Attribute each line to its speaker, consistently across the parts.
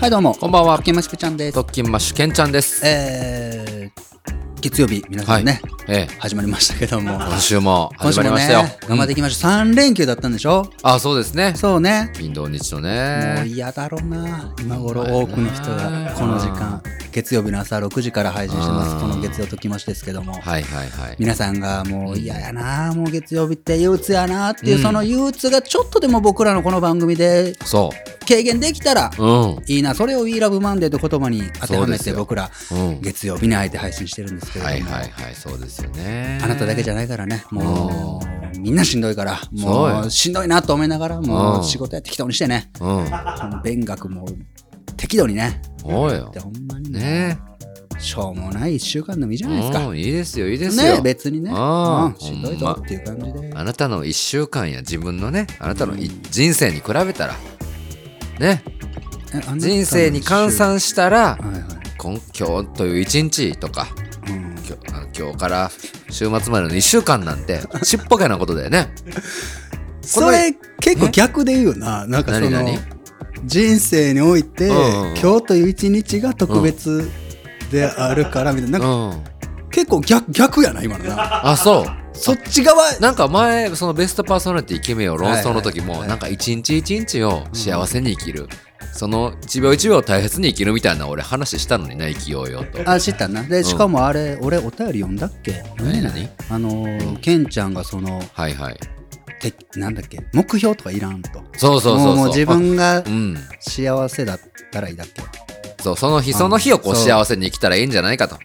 Speaker 1: はいどうも
Speaker 2: こんばんは
Speaker 1: 竹山しくちゃんです
Speaker 2: 特勤マッシュケンちゃんです。
Speaker 1: えー、月曜日皆さんね、
Speaker 2: ええ、
Speaker 1: 始まりましたけども
Speaker 2: 今週も
Speaker 1: 今
Speaker 2: 始
Speaker 1: 週
Speaker 2: まり
Speaker 1: も
Speaker 2: ま
Speaker 1: ね
Speaker 2: したよ。
Speaker 1: 頑張っていきましょう三連休だったんでしょ
Speaker 2: あ、そうですね。
Speaker 1: そうね
Speaker 2: 貧道日の
Speaker 1: もう
Speaker 2: ね。
Speaker 1: 嫌だろうな今頃
Speaker 2: ほ
Speaker 1: 多
Speaker 2: んま
Speaker 1: く
Speaker 2: やね
Speaker 1: の人がこの時間月曜日の朝6時から配信してます
Speaker 2: うん
Speaker 1: この月曜ときましですけども
Speaker 2: はいはいはい。
Speaker 1: 皆さんがもう嫌やなもう月曜日って憂鬱やなっていうその憂鬱がちょっとでも僕らのこの番組で
Speaker 2: そ
Speaker 1: 軽減できたら
Speaker 2: う。うん。
Speaker 1: いいなそれを WeLoveMonday と言葉に当ては
Speaker 2: そう
Speaker 1: め
Speaker 2: で
Speaker 1: て
Speaker 2: すよ
Speaker 1: 僕ら
Speaker 2: うん。
Speaker 1: 月曜日にあえて配信してるんですけれども
Speaker 2: はいはいはい、そうですよね。
Speaker 1: あなただけじ
Speaker 2: ゃ
Speaker 1: ゃないからね、もう、みんなしんどいから、
Speaker 2: そう
Speaker 1: もう
Speaker 2: よ
Speaker 1: しんどいなと思いながら、も
Speaker 2: う
Speaker 1: うん仕事やってきたにしてね、
Speaker 2: うん。
Speaker 1: その勉学も適度にね、
Speaker 2: そうよ
Speaker 1: で。ほんまにね、
Speaker 2: ね
Speaker 1: しょうもない1週間でもいいじ
Speaker 2: え。
Speaker 1: ゃないですか
Speaker 2: う。んいいですよ、いいです
Speaker 1: ね
Speaker 2: よ。
Speaker 1: 別にね、
Speaker 2: あ
Speaker 1: うんしんどいぞっていう感じで、
Speaker 2: あなたの一週間や自分のね、あなたのい人生に比べたら、ね、
Speaker 1: えあなたの
Speaker 2: 人生に換算したら、
Speaker 1: はいはい
Speaker 2: 今今日という一日とか、
Speaker 1: うん
Speaker 2: 今日あの今日から週末までの1週間なんてちっぽけなことだよ ね。
Speaker 1: それ結構逆で言うよな、なんかその
Speaker 2: 何々
Speaker 1: 人生において、
Speaker 2: うんうんうん
Speaker 1: 今日という一日が特別であるからみたいな、
Speaker 2: う
Speaker 1: なんか
Speaker 2: ん、
Speaker 1: 結構逆逆やな、今のな。
Speaker 2: あそう
Speaker 1: そっち側
Speaker 2: なんか前そのベストパーソナリティ決めよう論争の時
Speaker 1: はい
Speaker 2: も
Speaker 1: はい
Speaker 2: なんか一日一日を幸せに生きる、その一秒一秒を大切に生きるみたいな俺話したのにな生きようよと。
Speaker 1: あ知ったなで
Speaker 2: ん
Speaker 1: しかもあれ、俺お便り読んだっけ読んでない
Speaker 2: 何
Speaker 1: あのーケンちゃんがその
Speaker 2: はいはい。
Speaker 1: てなんだっけ目標とかいらんと
Speaker 2: そうそうそうそ
Speaker 1: も
Speaker 2: う。
Speaker 1: うもう自分が
Speaker 2: あうん、
Speaker 1: 幸せだったらいいだっけ
Speaker 2: そうその日その日をこ
Speaker 1: う
Speaker 2: う
Speaker 1: んそう
Speaker 2: 幸せに生きたらいいんじゃないかと。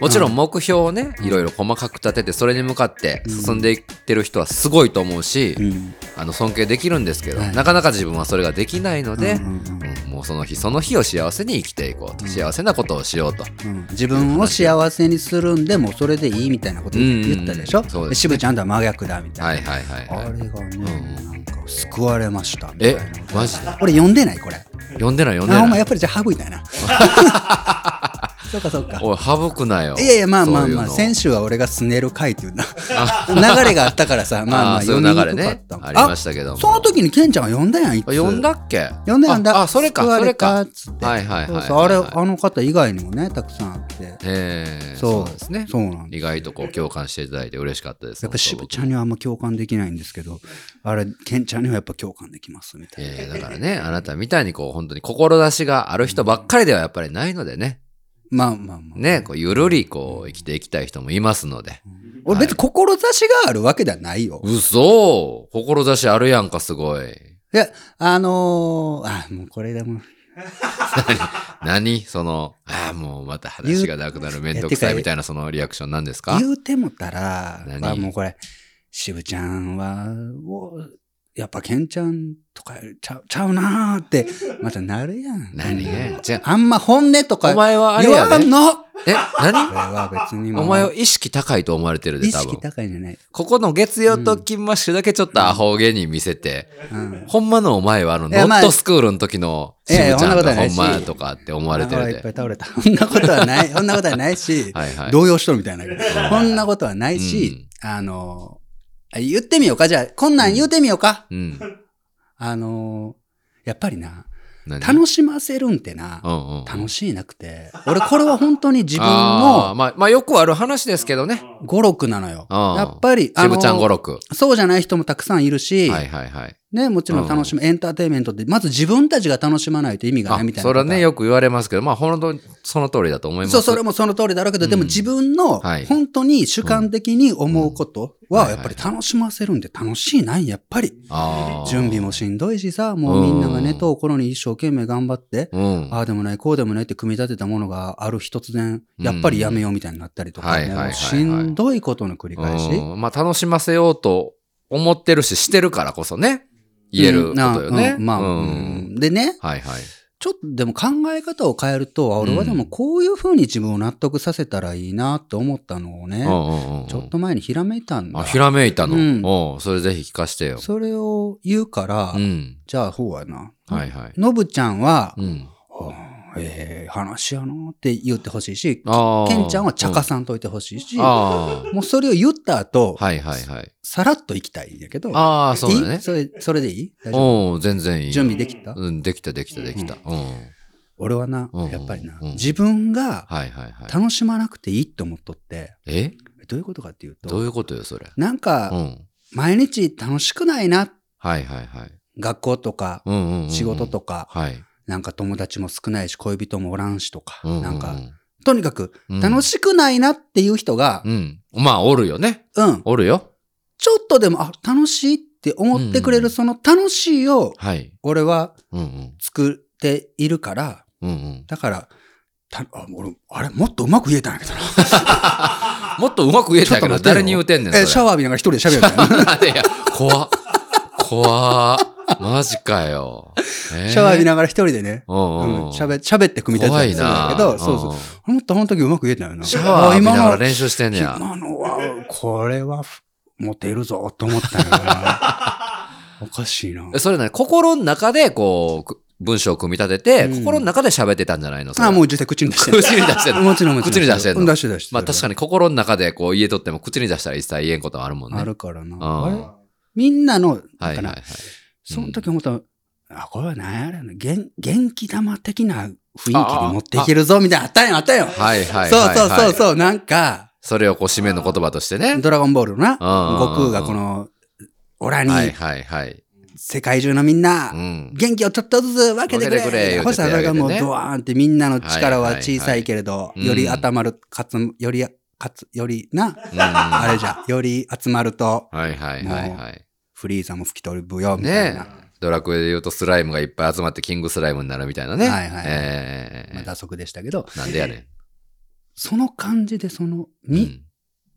Speaker 2: もちろん目標をね、
Speaker 1: うん
Speaker 2: いろいろ細かく立ててそれに向かって進んでいってる人はすごいと思うし、
Speaker 1: うん
Speaker 2: あの尊敬できるんですけど、
Speaker 1: はい
Speaker 2: なかなか自分はそれができないので、
Speaker 1: うんうんうん
Speaker 2: うんもうその日その日を幸せに生きていこうと、幸せなことをしようと
Speaker 1: うん自分を幸せにするんでもうそれでいいみたいなこと言ったでしょ、
Speaker 2: うんうんそうですね
Speaker 1: で渋ちゃんとは真逆だみたいな、
Speaker 2: はいはいはい、
Speaker 1: あ
Speaker 2: はい、
Speaker 1: れがね、
Speaker 2: う
Speaker 1: な
Speaker 2: ん
Speaker 1: んか救われましたみたい
Speaker 2: え
Speaker 1: な
Speaker 2: マジで
Speaker 1: 俺読んでないこれ
Speaker 2: 呼んでない呼んで
Speaker 1: あお前
Speaker 2: な
Speaker 1: や
Speaker 2: い
Speaker 1: っぱりじゃあ省いたよなそうかそうか
Speaker 2: おい省くなよ
Speaker 1: いやいやまあまあまあ
Speaker 2: そういう
Speaker 1: 先
Speaker 2: の
Speaker 1: 週は俺がすねる回って いうな流れがあったからさまあま
Speaker 2: あ
Speaker 1: あ
Speaker 2: ーそうい
Speaker 1: 読
Speaker 2: う
Speaker 1: みに
Speaker 2: 流
Speaker 1: くか
Speaker 2: れね
Speaker 1: った
Speaker 2: ありましたたけども
Speaker 1: その時にケンちゃんが呼んだやんいつ
Speaker 2: あ呼んだっけ
Speaker 1: 呼んだ呼んだ
Speaker 2: ああそれか
Speaker 1: 救わ
Speaker 2: それ
Speaker 1: た
Speaker 2: か
Speaker 1: っつって
Speaker 2: はいはいはい
Speaker 1: そう
Speaker 2: はい
Speaker 1: そうあれ
Speaker 2: はい
Speaker 1: あの方以外にもねたくさんあって
Speaker 2: えー、
Speaker 1: そ
Speaker 2: そううですね
Speaker 1: そうなんです
Speaker 2: 意外とこう共感していただいて嬉しかったです
Speaker 1: やっぱ渋
Speaker 2: 本当
Speaker 1: ちゃんにはあんま共感できないんですけどあれケンちゃんにはやっぱ共感できますみたいな
Speaker 2: えーだからねあなたみたいにこう本当に志がある人ばっかりではやっぱりないのでね
Speaker 1: まあまあまあ
Speaker 2: ね、こうゆるりこう生きていきたい人もいますので。
Speaker 1: 俺別に志があるわけではないよ
Speaker 2: 嘘志あるやんか、すごい。
Speaker 1: いやあのーあもうこれでも
Speaker 2: 何その、ああ、もうまた話がなくなるめんどくさいみたいなそのリアクションなんですか
Speaker 1: 言うてもたら、
Speaker 2: 何
Speaker 1: まあもうこれ、渋ちゃんは、おやっぱケンちゃんとかちゃうちゃうなーって、またなるやん。
Speaker 2: 何ねじゃ
Speaker 1: あんま本音とか
Speaker 2: お前はあれ
Speaker 1: 言
Speaker 2: や
Speaker 1: わ
Speaker 2: で、
Speaker 1: んの
Speaker 2: え、
Speaker 1: こ
Speaker 2: 何
Speaker 1: れは別にもう
Speaker 2: お前は意識高いと思われてるで、
Speaker 1: 意
Speaker 2: 多
Speaker 1: 識
Speaker 2: 分。
Speaker 1: 高いんじゃない。
Speaker 2: ここの月曜と金マッシュだけちょっとアホ毛に見せて、
Speaker 1: うん。
Speaker 2: ほんまのお前はあの、
Speaker 1: いや
Speaker 2: ノ
Speaker 1: まあ
Speaker 2: ットスクールの時のしぶちゃん
Speaker 1: いやいやそんなことは
Speaker 2: が
Speaker 1: ない
Speaker 2: ほん
Speaker 1: し
Speaker 2: まやとかって思われて
Speaker 1: あ
Speaker 2: る
Speaker 1: いっぱい
Speaker 2: で。
Speaker 1: 倒れた。そんなことはない。そんなことはない し、
Speaker 2: はいはい。
Speaker 1: 動揺しとるみたいな。そんなことはないし、あのー、言ってみようか。じゃあ、こんなん言うてみようか。
Speaker 2: うん。
Speaker 1: あのー、やっぱりな、
Speaker 2: 何
Speaker 1: 楽しませるんってな、
Speaker 2: うんうんうん
Speaker 1: 楽しいなくて俺これは本当に自分
Speaker 2: あー
Speaker 1: の
Speaker 2: まあ、まあ、よくある話ですけどね。
Speaker 1: 語録なのよ
Speaker 2: うん
Speaker 1: やっぱりあ
Speaker 2: しぶちゃん語
Speaker 1: の
Speaker 2: 録。
Speaker 1: そうじゃない人もたくさんいるし、
Speaker 2: はいはいはい。
Speaker 1: ね、もちろん楽しむ、エンターテインメントってまず自分たちが楽しまないと意味が
Speaker 2: あ
Speaker 1: ないみたいな
Speaker 2: それはね、
Speaker 1: よ
Speaker 2: よく言われますけど、まあ、本当にその通りだと思います。
Speaker 1: そうそれもその通りだろうけど、でも
Speaker 2: うん
Speaker 1: 自分の
Speaker 2: はい
Speaker 1: 本当に主観的に思うこと
Speaker 2: うん
Speaker 1: は
Speaker 2: うん
Speaker 1: やっぱり楽しませるんで楽しいないやっぱり
Speaker 2: あー
Speaker 1: 準備もしんどいしさもうみんなが
Speaker 2: う
Speaker 1: 寝
Speaker 2: ん
Speaker 1: とう頃に一生懸命頑張って
Speaker 2: うん。
Speaker 1: ああでもないこうでもないって組み立てたものがある日突然やっぱりやめようみたいになったりとかね、
Speaker 2: うんはいはいはいはい
Speaker 1: しんどいことの繰り返し、
Speaker 2: うんまあ、楽しませようと思ってるし、してるからこそね、言えることよね。
Speaker 1: うんなあうんまあ、
Speaker 2: うん
Speaker 1: うんでね
Speaker 2: はいはい。
Speaker 1: ちょっとでも考え方を変えるとあ俺はでもこういうふうに自分を納得させたらいいなって思ったのをね、
Speaker 2: うんうんうん
Speaker 1: ちょっと前にひらめいたんだ
Speaker 2: あ、ひらめいたの。
Speaker 1: うん
Speaker 2: おうそれぜひ聞かしてよ。
Speaker 1: それを言うから、
Speaker 2: うん。
Speaker 1: じゃあほうやな、
Speaker 2: はいはい。
Speaker 1: のぶちゃんは、
Speaker 2: うん。
Speaker 1: あーええ話やなって言ってほしいし、
Speaker 2: ああ。
Speaker 1: ケンちゃんは茶化
Speaker 2: す
Speaker 1: さんといてほしいし、
Speaker 2: あ
Speaker 1: もうそれを言った後、
Speaker 2: あ。はいはいはい。
Speaker 1: さらっと行きたいんやけど、
Speaker 2: ああ、そうだ
Speaker 1: いい
Speaker 2: ね。
Speaker 1: それそれでいい大丈夫
Speaker 2: うん、全然いい。
Speaker 1: 準備できた、
Speaker 2: うん、できたできたできた。うん。
Speaker 1: 俺はな、
Speaker 2: うん
Speaker 1: やっぱりな、
Speaker 2: うん
Speaker 1: 自分が
Speaker 2: はいはいはい。
Speaker 1: 楽しまなくていいって思っとって、
Speaker 2: え
Speaker 1: どういうことかっていうと、
Speaker 2: どういうことよ、それ。
Speaker 1: なん
Speaker 2: う
Speaker 1: か、
Speaker 2: ん。
Speaker 1: 毎日楽しくないな、
Speaker 2: はいはいはい。
Speaker 1: 学校とか、
Speaker 2: うんうんうんうん。
Speaker 1: 仕事とか、
Speaker 2: はい。
Speaker 1: なんか友達も少ないし、恋人もおらんしとか、
Speaker 2: ううう
Speaker 1: なんか、、とにかく、
Speaker 2: うん
Speaker 1: 楽しくないなっていう人が
Speaker 2: う、ん。まあ、おるよね。
Speaker 1: うん、
Speaker 2: おるよ。
Speaker 1: ちょっとでも、あ、楽しいって思ってくれ
Speaker 2: うん
Speaker 1: る、
Speaker 2: うん
Speaker 1: その楽しいを、
Speaker 2: はい。
Speaker 1: 俺は
Speaker 2: うんうん。
Speaker 1: 作っているから、
Speaker 2: うんうん。
Speaker 1: だから、たあ俺、あれ、もっとうまく言えたんやけどな。
Speaker 2: もっとうまく言えたけ
Speaker 1: ちょ
Speaker 2: ど、
Speaker 1: っと待ってよ
Speaker 2: 誰に言うてんねん。
Speaker 1: え、シャ
Speaker 2: ワ
Speaker 1: ワー浴びながら一人で喋るみ たいな。
Speaker 2: ー。いや、怖っ。怖っ。マジかよ。
Speaker 1: シャワー浴び
Speaker 2: な。
Speaker 1: ながら一人でね、
Speaker 2: うん
Speaker 1: う
Speaker 2: うんんうん。
Speaker 1: 喋喋って組み立てた
Speaker 2: 怖
Speaker 1: り
Speaker 2: い
Speaker 1: するんだ
Speaker 2: な
Speaker 1: け。ど、そうそう。
Speaker 2: う
Speaker 1: もっとあの時うまく言えたよな。
Speaker 2: ん。シャワー浴びながら
Speaker 1: あ
Speaker 2: 練習してんねや。
Speaker 1: 今の今のは、これは、モテるぞ、と思ったよな。 おかしいな。
Speaker 2: えそれね、心の中でこうく、文章を組み立てて、
Speaker 1: うん
Speaker 2: 心の中で喋ってたんじゃないの
Speaker 1: あ、も
Speaker 2: う。
Speaker 1: う実際口に出してる。
Speaker 2: 口に出してる。
Speaker 1: もちろん、もちろん。
Speaker 2: 口に出してんの
Speaker 1: うん出してる出してる。
Speaker 2: まあ確かに心の中でこう言えとっても口に出したら一切言えんこともあるもんね。
Speaker 1: あるからな。
Speaker 2: うん
Speaker 1: あれみんなの、
Speaker 2: は
Speaker 1: なん
Speaker 2: い
Speaker 1: か
Speaker 2: はいは。
Speaker 1: ないその時思ったのあ、これは何やらの元元気玉的な雰囲気で持っていけるぞ、みたいな、あったんよ、あったんよ。
Speaker 2: はいはいはいはい。
Speaker 1: そうそうそうそう、なんか、
Speaker 2: それをこう、締めの言葉としてね。
Speaker 1: ドラゴンボールのな、
Speaker 2: うん
Speaker 1: 悟空がこの、オラに
Speaker 2: はいはいはい。
Speaker 1: 世界中のみんな
Speaker 2: う、ん。
Speaker 1: 元気をちょっとずつ分けてくれ
Speaker 2: 分けてくれ言うて
Speaker 1: そしたらそれがもうドワーンってみんなの力は小さいけれど、
Speaker 2: いはい
Speaker 1: より
Speaker 2: うん
Speaker 1: 頭る、かつ、より、かつ、より な、
Speaker 2: うんは
Speaker 1: あれじゃ、より集まると、
Speaker 2: いはいはいはい。
Speaker 1: フリーザも吹き飛ぶよ、みたい
Speaker 2: ね
Speaker 1: な。
Speaker 2: ドラクエで言うとスライムがいっぱい集まってキングスライムになるみたいなね。
Speaker 1: はいはい
Speaker 2: ええ
Speaker 1: まあ、打足でしたけど、
Speaker 2: なんでやね
Speaker 1: その感じで、その、
Speaker 2: ん。う
Speaker 1: み、
Speaker 2: ん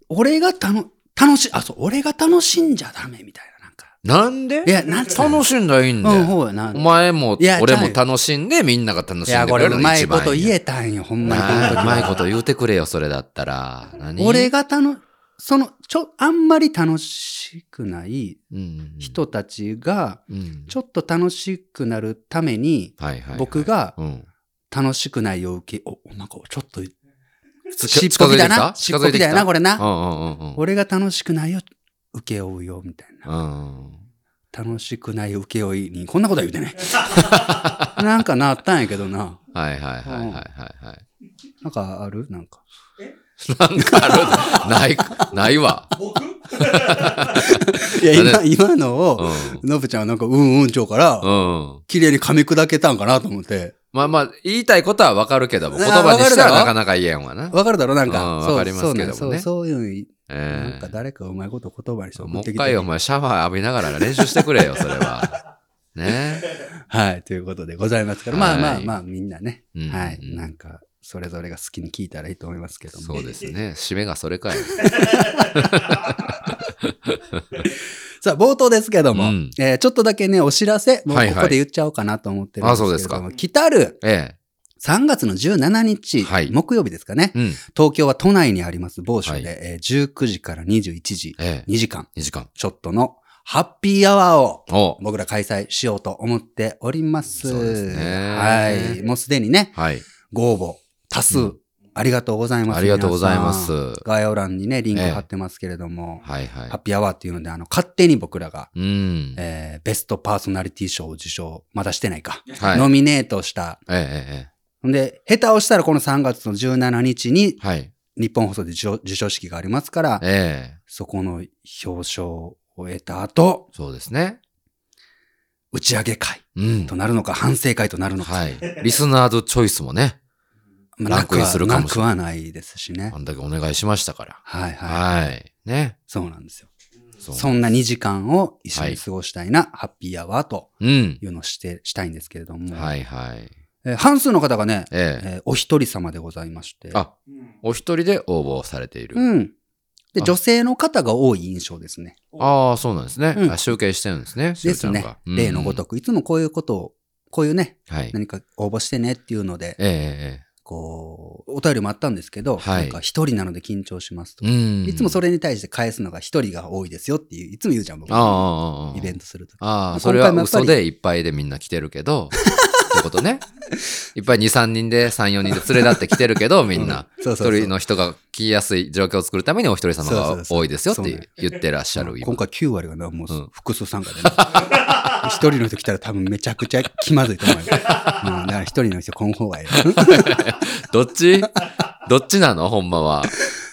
Speaker 1: 俺がたの、楽し、あ、そう、俺が楽しんじゃダメ、みたいな、なんか。
Speaker 2: なんで
Speaker 1: いや、なんつった
Speaker 2: 楽しんだらいいんだ
Speaker 1: うん、
Speaker 2: よ。
Speaker 1: ほうやな
Speaker 2: お。前も
Speaker 1: いや、
Speaker 2: 俺も楽しんで、みんなが楽
Speaker 1: い
Speaker 2: しん
Speaker 1: や、
Speaker 2: で
Speaker 1: こ
Speaker 2: く
Speaker 1: れ、
Speaker 2: れる
Speaker 1: う
Speaker 2: の
Speaker 1: ま
Speaker 2: が
Speaker 1: い
Speaker 2: 一
Speaker 1: こ
Speaker 2: 番
Speaker 1: と
Speaker 2: いい
Speaker 1: 言
Speaker 2: や
Speaker 1: えたんよ、ほんまにこの
Speaker 2: な
Speaker 1: 時
Speaker 2: あ
Speaker 1: は。
Speaker 2: うまいこと言うてくれよ、それだったら。何
Speaker 1: 俺、が楽、その、ちょ、あんまり楽しくない
Speaker 2: うん、
Speaker 1: 人たちが、
Speaker 2: うん、
Speaker 1: ちょっと楽しくなるために、
Speaker 2: はいはいはい、
Speaker 1: 僕が
Speaker 2: うん、
Speaker 1: 楽しくないを受け、お、なんかちょっと、
Speaker 2: 近
Speaker 1: しっぽきだな。し
Speaker 2: 近
Speaker 1: っ
Speaker 2: づ
Speaker 1: ぽ
Speaker 2: いて
Speaker 1: き
Speaker 2: きた
Speaker 1: だよな、これ
Speaker 2: う
Speaker 1: な。
Speaker 2: んうんうんうん。
Speaker 1: 俺が楽しくないを受け負うよ、みたいな。
Speaker 2: うん。
Speaker 1: 楽しくない受け負いに、こんなことは言うて ね。なんかなったんやけどな。
Speaker 2: はいはいはいはいはいはい。
Speaker 1: なんかあるなんか。
Speaker 2: なんかあるない、ない わ。
Speaker 1: いや、今、
Speaker 2: あ
Speaker 1: 今の
Speaker 2: う
Speaker 1: を、
Speaker 2: ん。
Speaker 1: のぶちゃんはなんか、うんうんちょうから、
Speaker 2: うん。
Speaker 1: 綺麗に噛み砕けたんかなと思って。
Speaker 2: まあまあ、言いたいことはわかるけども、
Speaker 1: あー
Speaker 2: 言葉にした
Speaker 1: わ
Speaker 2: らな
Speaker 1: か
Speaker 2: かなか言えんわな。
Speaker 1: わかるだろなんか。
Speaker 2: うん
Speaker 1: そう
Speaker 2: わかりますけどもね
Speaker 1: そうなんそうそういうのに、
Speaker 2: え
Speaker 1: なん
Speaker 2: え
Speaker 1: か誰かうまいこと言葉にして送
Speaker 2: も
Speaker 1: っ
Speaker 2: う
Speaker 1: て
Speaker 2: 一
Speaker 1: きて。
Speaker 2: 回お前シャワー浴びながら練習してくれよ、それ は。ね
Speaker 1: はい、ということでございますから。ま
Speaker 2: は
Speaker 1: あ
Speaker 2: い
Speaker 1: まあまあ、みんなね。
Speaker 2: うん
Speaker 1: はい。なんか、それぞれが好きに聞いたらいいと思いますけども。
Speaker 2: そうですね。締めがそれ かい。
Speaker 1: さあ、冒頭ですけども、
Speaker 2: うん
Speaker 1: えーちょっとだけね、お知らせ、もう
Speaker 2: はいはい
Speaker 1: ここで言っちゃおうかなと思ってるんですけれども、
Speaker 2: あそう
Speaker 1: 来たる
Speaker 2: え
Speaker 1: 3月の17日、
Speaker 2: はい
Speaker 1: 木曜日ですかね
Speaker 2: え。。うん。
Speaker 1: 東京は都内にあります某所で、
Speaker 2: は
Speaker 1: えー19時から21時、
Speaker 2: ええ。
Speaker 1: 2時間、
Speaker 2: 2時間。
Speaker 1: ちょっとのハッピーアワーを
Speaker 2: お
Speaker 1: 僕ら開催しようと思っております。
Speaker 2: そうですね
Speaker 1: はい。もうすでにね、
Speaker 2: はい。
Speaker 1: ご応募多数、
Speaker 2: うん
Speaker 1: ありがとうございます。
Speaker 2: ありがとうございま
Speaker 1: 皆さん。
Speaker 2: す。
Speaker 1: 概要欄にね、リンク
Speaker 2: ええ
Speaker 1: 貼ってますけれども、
Speaker 2: はいはい
Speaker 1: ハッ。ピーアワーっていうので、あの、勝手に僕らが、
Speaker 2: うん。
Speaker 1: えーベストパーソナリティ賞を受賞、まだしてないか、
Speaker 2: はい。
Speaker 1: ノミネートした。
Speaker 2: えええ
Speaker 1: んで、下手をしたらこの3月の17日に
Speaker 2: え。はい。
Speaker 1: 日本放送で受賞受賞式がありますから、
Speaker 2: ええ。
Speaker 1: そこの表彰を得た後、
Speaker 2: そうですね。
Speaker 1: 打ち上げ会
Speaker 2: うん
Speaker 1: と。なるのか、反省会となるのか、
Speaker 2: はい。リスナードチョイスもね、
Speaker 1: まあ
Speaker 2: ランクインするかもし
Speaker 1: な
Speaker 2: れ
Speaker 1: くはなくはないですしね
Speaker 2: あ。んだけお願いしましたから。
Speaker 1: はいはい。
Speaker 2: はい。ね。
Speaker 1: そうなんですよ。
Speaker 2: そ
Speaker 1: そんな2時間を一緒に過ごしたいな、ハッピーアワーと
Speaker 2: うん。
Speaker 1: いうのをして、したいんですけれども、
Speaker 2: はいはい。
Speaker 1: えー半数の方がね、
Speaker 2: ええ。
Speaker 1: えーお一人様でございまして、
Speaker 2: あ、お一人で応募されている。
Speaker 1: うん。で、
Speaker 2: あ
Speaker 1: 女性の方が多い印象ですね。
Speaker 2: ああ、そうなんですね。
Speaker 1: うん
Speaker 2: あ集計してるんですね。
Speaker 1: ですね。例のごと
Speaker 2: く。
Speaker 1: く、いつもこういうことを、こういうね、
Speaker 2: はい。え
Speaker 1: 何か応募してねっていうので、
Speaker 2: え
Speaker 1: こう、お便りもあったんですけど、
Speaker 2: はい
Speaker 1: なんか一人なので緊張しますと
Speaker 2: ええええ
Speaker 1: か、
Speaker 2: え。うん。
Speaker 1: いつもそ
Speaker 2: れ、
Speaker 1: れに対して返すのが一人が多いですよっていう、いつも言うじゃん、僕。
Speaker 2: ああああ、ああ。
Speaker 1: イベントするとき。
Speaker 2: あ
Speaker 1: まあ
Speaker 2: あ、それは
Speaker 1: 今回もやっぱり
Speaker 2: 嘘でいっぱいでみんな来てるけど、ってことね。いっぱい2、3人で3、4人で連れ立ってきてるけど、みんな。
Speaker 1: そう
Speaker 2: 一
Speaker 1: そうそう
Speaker 2: 人の人が来やすい状況を作るためにお一人様
Speaker 1: そうそ
Speaker 2: が
Speaker 1: うそう
Speaker 2: 多いですよって
Speaker 1: そう
Speaker 2: いう
Speaker 1: ね
Speaker 2: 言ってらっしゃる。今
Speaker 1: 今回9割がな、もう
Speaker 2: うん
Speaker 1: 複数参加 でね。一人の人来たら多分めちゃくちゃ気まずいと思 うよ。うん、だから一人の人こん方がいいよ。だか
Speaker 2: どっちどっちなのほんまは。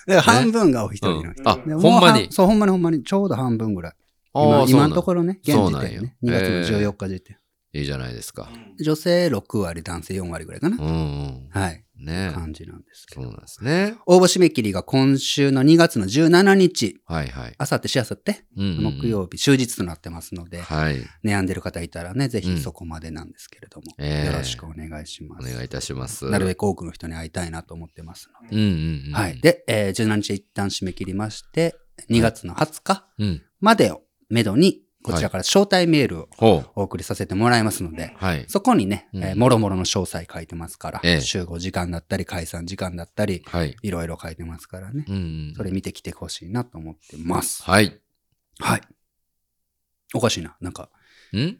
Speaker 1: ら半分がお一人の人。
Speaker 2: うんあ
Speaker 1: でもう
Speaker 2: ほんまに
Speaker 1: 半そう、ほんまにほんまに。ちょうど半分ぐらい。
Speaker 2: あ
Speaker 1: 今
Speaker 2: あそうな
Speaker 1: 今
Speaker 2: ん
Speaker 1: のところね、現
Speaker 2: そう
Speaker 1: 時
Speaker 2: なん
Speaker 1: 点
Speaker 2: や
Speaker 1: ね。2月の14日時点。
Speaker 2: いいじゃないですか。
Speaker 1: 女性6割、男性4割ぐらいかな。
Speaker 2: うんうん。
Speaker 1: はい。
Speaker 2: ねえ
Speaker 1: 感じなんですけ
Speaker 2: そ
Speaker 1: ど。
Speaker 2: うなんですね。
Speaker 1: 応募締め切りが今週の2月の17日、
Speaker 2: はいはい。
Speaker 1: あさってしあさって、
Speaker 2: うんうんうん
Speaker 1: 木曜日、終日となってますので、
Speaker 2: はい。
Speaker 1: 悩んでる方いたらね、ぜ
Speaker 2: うん
Speaker 1: ひそこまでなんですけれども、
Speaker 2: ええ
Speaker 1: よろしくお願いしま
Speaker 2: お
Speaker 1: す。
Speaker 2: 願いいたします。
Speaker 1: なるべく多くの人に会いたいなと思ってますので。
Speaker 2: うんうんうん。
Speaker 1: はい。。で、えー17日一旦締め切りまして、2月の20日
Speaker 2: うん。
Speaker 1: までをめどに、こちらから招待メールを
Speaker 2: ほう。
Speaker 1: お送りさせてもらいますので、
Speaker 2: はい。
Speaker 1: そこにね、
Speaker 2: うん
Speaker 1: えーもろもろの詳細書いてますから、
Speaker 2: ええ
Speaker 1: 集合時間だったり、解散時間だったり、
Speaker 2: はい。
Speaker 1: いろいろ書いてますからね。
Speaker 2: うんうん。
Speaker 1: それ見てきてほしいなと思ってます。
Speaker 2: はい。
Speaker 1: はい。おかしいな。なんか、
Speaker 2: ん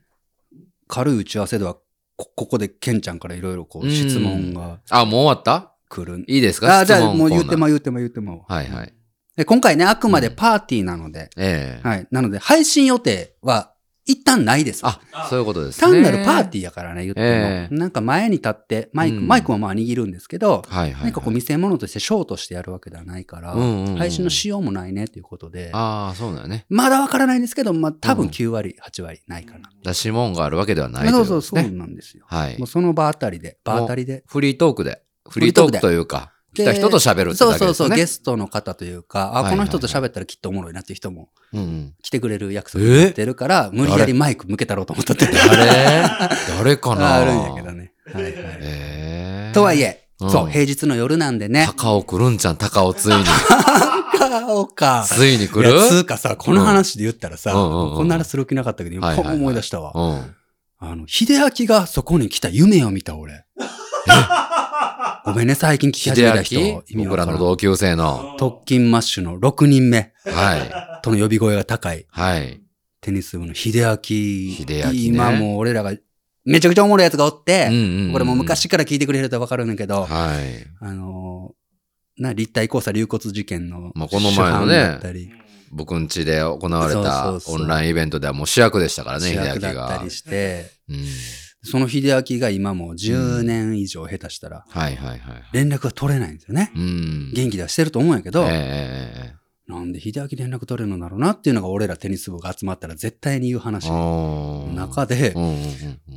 Speaker 1: 軽い打ち合わせでは、こ、ここでケンちゃんからいろいろこ
Speaker 2: う
Speaker 1: うん質問が
Speaker 2: あ、もう終わった
Speaker 1: 来る。
Speaker 2: いいですか
Speaker 1: あ、じゃあもう言
Speaker 2: う
Speaker 1: ってまう言ってまう言ってまう。
Speaker 2: はいはい。
Speaker 1: で、今回ね、あくまでパーティーなので、
Speaker 2: ええ。
Speaker 1: はい。なので、配信予定は一旦ないです。
Speaker 2: あ、そういうことです
Speaker 1: 単
Speaker 2: ね。
Speaker 1: なるパー
Speaker 2: ィ
Speaker 1: ティーやからね、言っても。
Speaker 2: ええ
Speaker 1: なんか前に立って、マイク、
Speaker 2: うん
Speaker 1: マイクはまあ握るんですけど、
Speaker 2: ー。はいはい。
Speaker 1: 何かこう見せ物としてショーとしてやるわけではないから、
Speaker 2: うんうんうん
Speaker 1: 配信の仕様もないねということで、
Speaker 2: ああ、そうだよね。
Speaker 1: まだわからないんですけど、まあ多
Speaker 2: う
Speaker 1: 分
Speaker 2: ん
Speaker 1: 9割、8割ないかな。
Speaker 2: 出し物があるわけではない
Speaker 1: そ
Speaker 2: といううこ
Speaker 1: そ
Speaker 2: と
Speaker 1: う
Speaker 2: です
Speaker 1: そう
Speaker 2: ね。
Speaker 1: なんですよ。
Speaker 2: はい
Speaker 1: もう。その場あたりで、場あたりで。
Speaker 2: フリートークで。フ
Speaker 1: フ
Speaker 2: リ
Speaker 1: リ
Speaker 2: ー
Speaker 1: ー
Speaker 2: ト
Speaker 1: ト
Speaker 2: ー
Speaker 1: ーク
Speaker 2: クというか、来
Speaker 1: で
Speaker 2: た人と喋るってだけです
Speaker 1: そ
Speaker 2: ね。
Speaker 1: うそうそう、ゲ
Speaker 2: ス
Speaker 1: ストの方というか、あ、
Speaker 2: はい
Speaker 1: こ
Speaker 2: はいは
Speaker 1: の
Speaker 2: い
Speaker 1: 人と喋ったらきっとおもろいなっていう人も
Speaker 2: うんうん。
Speaker 1: 来てくれる約束になってるから、無理やりマイク向けたろうと思ったって。
Speaker 2: 誰誰かな
Speaker 1: ああるんやけどね。はいはい。
Speaker 2: ええ。
Speaker 1: とはいえ、
Speaker 2: うん
Speaker 1: そう、平日の夜なんでね。
Speaker 2: 高尾来るんちゃん、高尾ついに。
Speaker 1: 高岡。
Speaker 2: ついに
Speaker 1: い
Speaker 2: 来
Speaker 1: やつ
Speaker 2: る
Speaker 1: うかさ、この話で言ったらさ、
Speaker 2: うんうんうん
Speaker 1: こんな話する気なかったけど、
Speaker 2: は
Speaker 1: 今、
Speaker 2: いは
Speaker 1: パ
Speaker 2: いはい
Speaker 1: ッ思い出したわ。
Speaker 2: うん。
Speaker 1: あの、秀明がそこに来た夢を見た、俺。ごめんね、最近聞き始めた人。
Speaker 2: 秀明僕らの
Speaker 1: 動
Speaker 2: 同級生の。
Speaker 1: 特勤マッシュの6人目
Speaker 2: はい。
Speaker 1: との呼び声が高い
Speaker 2: はい。
Speaker 1: テニス部の秀明。
Speaker 2: 明ね
Speaker 1: 今もう俺らが、めちゃくちゃおもろいやつがおって、
Speaker 2: ん
Speaker 1: これもう昔から聞いてくれるとわかるんだけど、
Speaker 2: はい。
Speaker 1: あのーな、立体交差流骨事件の、
Speaker 2: まあこの前のね
Speaker 1: だったり、
Speaker 2: 僕ん家で行われた
Speaker 1: そうそうそう
Speaker 2: オンラインイベントではもう主役でしたからね、
Speaker 1: 主
Speaker 2: 秀
Speaker 1: 役
Speaker 2: 明
Speaker 1: だった
Speaker 2: が
Speaker 1: り。して、
Speaker 2: うん。
Speaker 1: その秀明が今もう10年以上下手したら、
Speaker 2: はいはいはい。
Speaker 1: 連絡が取れないんですよね。
Speaker 2: うん。
Speaker 1: 元気ではしてると思うんやけ
Speaker 2: え
Speaker 1: ど、
Speaker 2: ええ
Speaker 1: なんで秀明連絡取れるのだろうなっていうのが俺らテニス部が集まったら絶対に言う
Speaker 2: えええ
Speaker 1: 話の
Speaker 2: おー
Speaker 1: 中で
Speaker 2: うん、うんうんう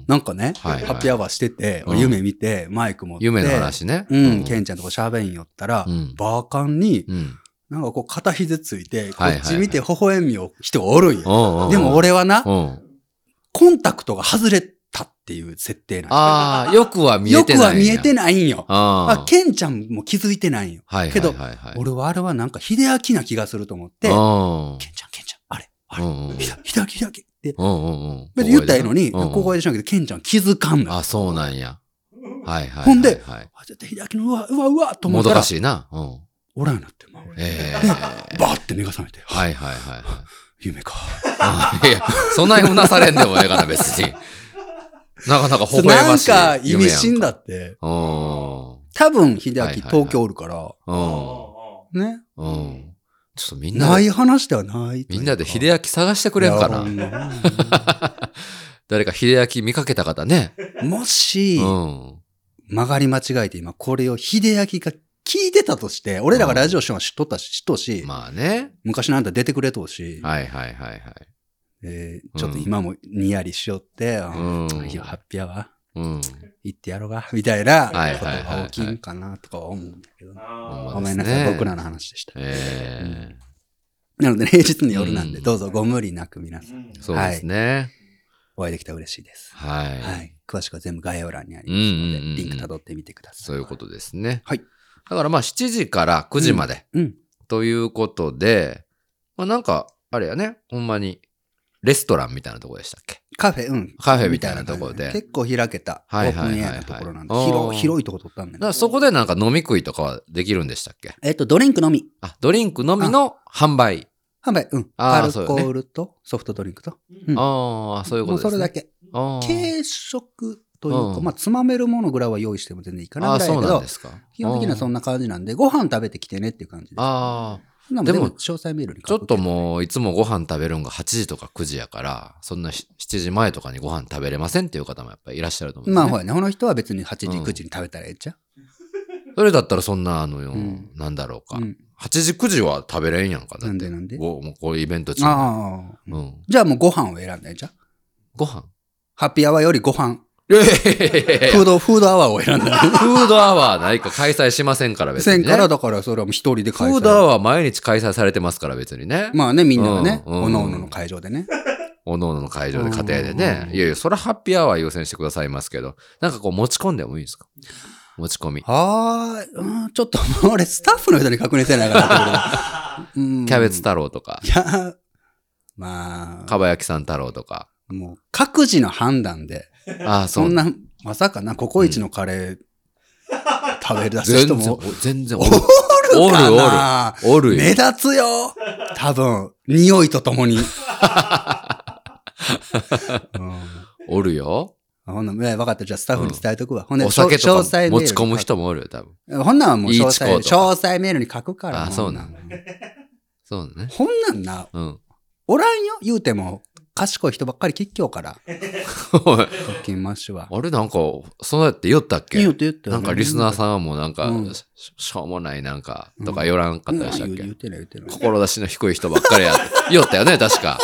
Speaker 2: ん
Speaker 1: なんかね、
Speaker 2: はいはい
Speaker 1: ハッピーアワーしてて、
Speaker 2: うん
Speaker 1: 夢見て、マイク持って。
Speaker 2: 夢の。話ね。
Speaker 1: うん、ケンちゃんとこ喋んよったら、
Speaker 2: うん
Speaker 1: バーカンに、
Speaker 2: うん。
Speaker 1: なんかこう片肘ついて、こ
Speaker 2: はいはいはい
Speaker 1: っち見て微笑みを人がおるんよ。
Speaker 2: おうおうおう
Speaker 1: でも、俺はな、
Speaker 2: うん。
Speaker 1: コンタクトが外れたっていう設定なんよ
Speaker 2: ああ、よくは見え
Speaker 1: よ
Speaker 2: て
Speaker 1: く
Speaker 2: ない
Speaker 1: は
Speaker 2: んや。
Speaker 1: 見えてないんよ。
Speaker 2: あ
Speaker 1: あ、
Speaker 2: ー
Speaker 1: ケンちゃんも気づいてないんよ。
Speaker 2: はいはい
Speaker 1: けど
Speaker 2: はいはい。
Speaker 1: 俺はあれはなんか秀明な気がすると思って、ケ
Speaker 2: うん
Speaker 1: ンちゃん、ケンちゃん、あれ、あ
Speaker 2: う
Speaker 1: れ、
Speaker 2: んうん
Speaker 1: ひだ秀明、秀明って、
Speaker 2: うんうんうん。
Speaker 1: 別に言ったらいいのに、
Speaker 2: うんうん
Speaker 1: 小声でしなきゃケンちゃん気づかんのよ。
Speaker 2: あ、そうなんや。はいはいはいはい。
Speaker 1: ほんで
Speaker 2: はい、
Speaker 1: あ、絶対秀明の、うわ、うわ、うわ、と思
Speaker 2: も
Speaker 1: っ
Speaker 2: ど
Speaker 1: た、
Speaker 2: からしいな。うん。
Speaker 1: おらんようになって、まあ、俺
Speaker 2: ええ
Speaker 1: バーって目が覚めて、
Speaker 2: はいはいはいはい。
Speaker 1: 夢か。
Speaker 2: あいや、そんなにうなされんでもええかな、別に。なかなか微笑
Speaker 1: な
Speaker 2: ま
Speaker 1: ん
Speaker 2: しい。
Speaker 1: か意味深だ。って、
Speaker 2: うん。
Speaker 1: 多分秀明
Speaker 2: はいはいはい
Speaker 1: 東京おるから、
Speaker 2: うん。
Speaker 1: ね、
Speaker 2: うん。ちょっとみんな
Speaker 1: な
Speaker 2: で、
Speaker 1: い話ではないというか。
Speaker 2: みんなで秀明探してくれんかな。
Speaker 1: いやほんまほん
Speaker 2: 誰か秀明見かけた方ね。
Speaker 1: ま もし
Speaker 2: う、ん。
Speaker 1: 曲がり間違えて今これを秀明が聞いてたとして、俺らがラジオショーは知っとったし、知っとうし、
Speaker 2: まあね。
Speaker 1: 昔のあんた出てくれとうし、
Speaker 2: はいはいはいはい。
Speaker 1: えーちょっと今もにやりしよって、あ
Speaker 2: うん
Speaker 1: いいよハッピーやわ。
Speaker 2: うん。
Speaker 1: 行ってやろうが、みたいなこと
Speaker 2: はいはいはいはい
Speaker 1: が大きいんかなとか思うんだけど。
Speaker 2: ほ
Speaker 1: ご
Speaker 2: まで
Speaker 1: め
Speaker 2: す
Speaker 1: ん
Speaker 2: ね
Speaker 1: なさい、僕らの話でした。
Speaker 2: え
Speaker 1: なので、平日の夜なん
Speaker 2: う
Speaker 1: で、
Speaker 2: ん
Speaker 1: どうぞご無理なく皆さん、
Speaker 2: えそうですね。
Speaker 1: お会いできたら嬉しいです。
Speaker 2: はい。
Speaker 1: はい。詳しくは全部概要欄にあり
Speaker 2: うん
Speaker 1: ま
Speaker 2: うん
Speaker 1: すので、
Speaker 2: う
Speaker 1: リンク
Speaker 2: ん。
Speaker 1: 辿ってみてください。
Speaker 2: そういうことですね。
Speaker 1: はい。
Speaker 2: だからまあ7時から9時まで。
Speaker 1: うん。
Speaker 2: ということで、まあ、なんか、あれやね、ほんまに、レストランみたいなとこでしたっけ
Speaker 1: カフェ、うん。
Speaker 2: カフェみたいなところで
Speaker 1: みたいな感じ結構開けた、オ
Speaker 2: はい
Speaker 1: ー
Speaker 2: はいは
Speaker 1: プ
Speaker 2: いはい
Speaker 1: ンエアなところなんで、
Speaker 2: あー
Speaker 1: 広い広いとこ取ったんだ
Speaker 2: だ
Speaker 1: よ
Speaker 2: か
Speaker 1: ね。
Speaker 2: らそこでなんか飲み食いとかはできるんでしたっけ
Speaker 1: えっと、ドリンクのみ。
Speaker 2: あ、ドリンクのみの販売。
Speaker 1: 販売、うん。
Speaker 2: あー
Speaker 1: アル
Speaker 2: そう
Speaker 1: コ
Speaker 2: よね
Speaker 1: ールとソフトドリンクと。うん
Speaker 2: ああ、そういうこ
Speaker 1: もう
Speaker 2: とで
Speaker 1: それ
Speaker 2: すね。
Speaker 1: だけ。
Speaker 2: あー
Speaker 1: 軽食というか、
Speaker 2: うん
Speaker 1: まあ、つまめるものぐらいは用意しても全然いいかな
Speaker 2: あ
Speaker 1: ぐ
Speaker 2: あ、
Speaker 1: らいだ
Speaker 2: そう
Speaker 1: け
Speaker 2: なん
Speaker 1: ど
Speaker 2: で、すか。
Speaker 1: 基本的にはそんな感じなんで、ご飯食べてきてねっていう感じです。
Speaker 2: ああ、
Speaker 1: でも、
Speaker 2: でも
Speaker 1: 詳細メールに
Speaker 2: ちょっともう、いつもご飯食べるんが8時とか9時やから、そんなし7時前とかにご飯食べれませんっていう方もやっぱりいらっしゃると思うんです
Speaker 1: まあ、
Speaker 2: ね。
Speaker 1: ほらね、この人は別に8時、
Speaker 2: うん
Speaker 1: 9時に食べたらええじゃ
Speaker 2: それだったらそんな、あの、
Speaker 1: ん
Speaker 2: なんだろうか。
Speaker 1: ん。うん。
Speaker 2: 8時9時は食べれんやんか。だ
Speaker 1: な
Speaker 2: っ
Speaker 1: ん
Speaker 2: て
Speaker 1: でなんで
Speaker 2: ごもうこういうイベント中に。
Speaker 1: ああ。
Speaker 2: うん。
Speaker 1: じゃあもうご飯を選んだらええじゃん。
Speaker 2: ご飯
Speaker 1: ハッピーアワーよりご飯。
Speaker 2: いやいやいやいやいや
Speaker 1: フード、フードアワーを 選んだら。
Speaker 2: フードアワー何か開催しませんから別
Speaker 1: せん
Speaker 2: にね。
Speaker 1: から、だからそれはもう一人で
Speaker 2: フ
Speaker 1: 開催。
Speaker 2: ードアワー毎日開催されてますから別にね。
Speaker 1: まあね、みんながね、
Speaker 2: うんうん
Speaker 1: おのおのの会場でね。
Speaker 2: おのおのの会場で家庭で
Speaker 1: う
Speaker 2: ね
Speaker 1: ん。
Speaker 2: いやいや、それはハッピーアワー優先してくださいますけど、なんかこう持ち込んでもいいですか持ち込み。
Speaker 1: ああ、うんちょっと、 俺、スタッフの人に確認してない から。うん
Speaker 2: キャベツ。太郎とか
Speaker 1: い、や、まあ、
Speaker 2: かば焼きさん太郎とか。
Speaker 1: もう、各自の判断で、
Speaker 2: ああ、
Speaker 1: そ。
Speaker 2: そうん
Speaker 1: な、まさかな、ココイチのカレー、食べ出す
Speaker 2: 全
Speaker 1: 人
Speaker 2: 然
Speaker 1: も、、
Speaker 2: 全然お
Speaker 1: お
Speaker 2: る
Speaker 1: る。かな
Speaker 2: おるよ。
Speaker 1: 目立つ よ多分、匂いとともに。う
Speaker 2: おるよ。
Speaker 1: ん、ほんなん、え分かった。じゃあ、スタッフに伝えとくわ。ほんで、
Speaker 2: お酒
Speaker 1: 詳
Speaker 2: と
Speaker 1: 細メー
Speaker 2: か
Speaker 1: ル
Speaker 2: 持
Speaker 1: に
Speaker 2: ち込む人もおるよ、多分。
Speaker 1: ほんなんはもう詳細、
Speaker 2: いい
Speaker 1: 詳
Speaker 2: チコとか
Speaker 1: 細メールに書くから。
Speaker 2: あそうな
Speaker 1: ほ
Speaker 2: ん
Speaker 1: ん
Speaker 2: そうだね。
Speaker 1: ほんなんな、
Speaker 2: うん。
Speaker 1: おらんよ言うても、賢い人ばっかり吉祥から。
Speaker 2: おい
Speaker 1: 書きましは。
Speaker 2: あれなんか、そうやって言ったっけ
Speaker 1: 言うて言って。
Speaker 2: なんかリスナー
Speaker 1: ん
Speaker 2: さんはもうなんか、
Speaker 1: うん
Speaker 2: ししょうもないなんか、とか言わんかったでしたっ
Speaker 1: うん
Speaker 2: け、
Speaker 1: 言うてない言うてない。
Speaker 2: 志の低い人ばっかりや。 言ったよね、確か。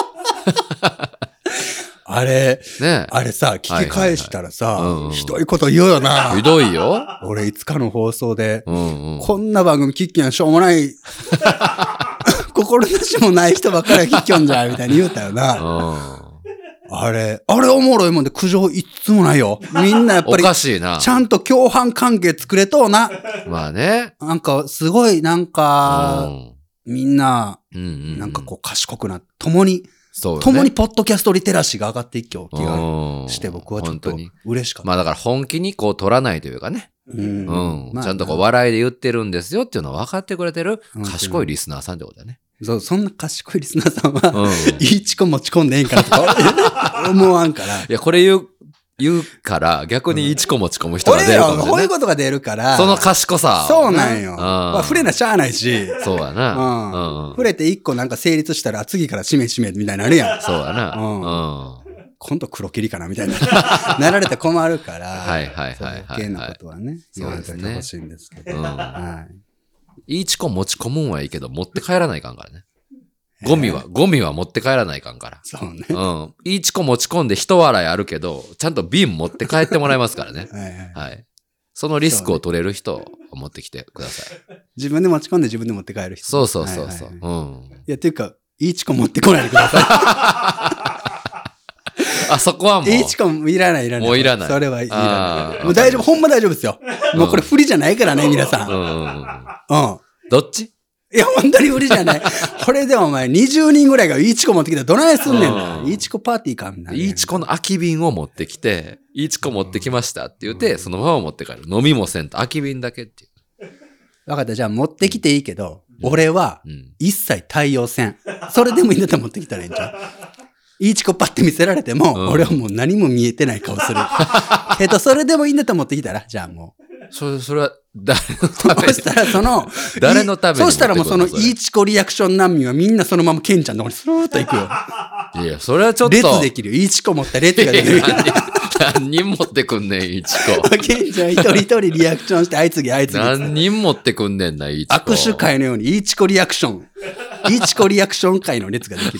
Speaker 1: あれ、
Speaker 2: ね
Speaker 1: あれさ、聞き返したら
Speaker 2: はいはいはいうん
Speaker 1: さ
Speaker 2: う、ん
Speaker 1: ひどいこと言うよ
Speaker 2: え。
Speaker 1: な
Speaker 2: ひ。どいよ。
Speaker 1: 俺、いつかの放送で、
Speaker 2: うんうん。
Speaker 1: こんな番組聞きやんしょうもない。 心なしもない人ばっかりが聞きよんじゃん、みたいに言うたよな。
Speaker 2: うん
Speaker 1: あれ、あれおもろいもんで苦情いっつもないよ。みんなやっ
Speaker 2: お
Speaker 1: ぱり、
Speaker 2: かしいな
Speaker 1: ち。ゃんと共犯関係作れとうな。
Speaker 2: まあね。
Speaker 1: なんか、すごい、なん
Speaker 2: う
Speaker 1: か、
Speaker 2: ん
Speaker 1: みんな、
Speaker 2: うんうん。
Speaker 1: なんかこう、賢くな、共に、
Speaker 2: そうよね、
Speaker 1: 共にポッドキャストリテラシーが上がっていきよう気が
Speaker 2: うん
Speaker 1: して、僕はちょっ
Speaker 2: 本
Speaker 1: と
Speaker 2: 当に。
Speaker 1: 嬉しかった。
Speaker 2: まあだから本気にこう取らないというかね。
Speaker 1: うん
Speaker 2: うん。
Speaker 1: まあ
Speaker 2: ちゃんとこう笑いで言ってるんですよっていうのを分かってくれてる
Speaker 1: うん
Speaker 2: 賢いリスナーさんってことだね。
Speaker 1: そう、そんな賢いリスナーさん は、
Speaker 2: うん。い
Speaker 1: いいチコ持ち込んでええんかなとか 思わんから。
Speaker 2: や、これ言う、言うから逆に一個持ち込む人が
Speaker 1: 俺
Speaker 2: 出る
Speaker 1: ら
Speaker 2: か
Speaker 1: は
Speaker 2: も
Speaker 1: こ
Speaker 2: しれ
Speaker 1: う
Speaker 2: ない
Speaker 1: いう。ことが出るから、
Speaker 2: その賢さ。
Speaker 1: そうなんよ。
Speaker 2: ん
Speaker 1: まあ、触れなしゃあないし、
Speaker 2: そうやな。
Speaker 1: うん
Speaker 2: うんうん
Speaker 1: 触れて一個なんか成立したら次からしめしめみたいになるやん。
Speaker 2: そうやな。
Speaker 1: うん
Speaker 2: うん。
Speaker 1: 今度黒霧かなみたいにな るなられたら困るから、
Speaker 2: はいはい
Speaker 1: そう
Speaker 2: はい
Speaker 1: 余
Speaker 2: はい
Speaker 1: 計なことはね、言わんといてほしいんですけど。
Speaker 2: うん
Speaker 1: はい。
Speaker 2: いいチコ持ち込むんはいいけど、持って帰らないかんからね。ゴミは、ゴミは持って帰らないかんから。
Speaker 1: そうね。。
Speaker 2: うん。いいチコ持ち込んで一笑いあるけど、ちゃんと瓶持って帰ってもらいますからね
Speaker 1: はい はい
Speaker 2: はい。そのリスクを取れる人を持ってきてください。
Speaker 1: 自分で持ち込んで自分で持って帰る人。
Speaker 2: そうそうそうそう。
Speaker 1: はいはいはい
Speaker 2: うん。
Speaker 1: いや、っていうか、いいチコ持ってこないでくだ さい。
Speaker 2: あ、そこはもう。
Speaker 1: いいチコもいらない、いらない。
Speaker 2: もういらない
Speaker 1: それはいら
Speaker 2: あ
Speaker 1: ない。
Speaker 2: ー
Speaker 1: もう大丈夫、ほんま大丈夫ですよ。もうこれ不利じゃないからね、皆さん。
Speaker 2: う
Speaker 1: うん。
Speaker 2: んうんうん。どっち
Speaker 1: いや、本当に不利じゃない。 これでお前、20人ぐらいがいいチコ持ってきたらどないすんねんな。
Speaker 2: うん
Speaker 1: いいチコパーティーかみたいな。
Speaker 2: いいチコの空き瓶を持ってきて、いいチコ持ってきましたって言って、そのまま持って帰る。飲みもせんと、空き瓶だけっていう。
Speaker 1: わかった、じゃあ持ってきていいけど、俺は
Speaker 2: うん。
Speaker 1: 一切対応せん。それでもいいんだったら持ってきたらいいんじゃん。いいチコパって見せられても、
Speaker 2: うん
Speaker 1: 俺はもう何も見えてない顔 する。えっと、それでもいいんだったら持ってきたら、じゃあもう。
Speaker 2: それ、それは、誰のため
Speaker 1: そ
Speaker 2: に
Speaker 1: したらその、
Speaker 2: 誰のために
Speaker 1: そうしたらもうその、
Speaker 2: 持ってくるのそれ
Speaker 1: いいチコリアクション難民はみんなそのままケンちゃんの方にスルーッと行くよ。
Speaker 2: いや、それはちょっと。
Speaker 1: 列できるよ。いいチコ持ったら列が出
Speaker 2: い
Speaker 1: る
Speaker 2: や。何人持ってくんねん、いち こ。
Speaker 1: ケンちゃん一人一人リアクションして、あいつぎあいつぎ。
Speaker 2: 何人持ってくんねんな、いちこ。
Speaker 1: 握手会のように、いいチコリアクション。いいチコリアクション会の列が できる。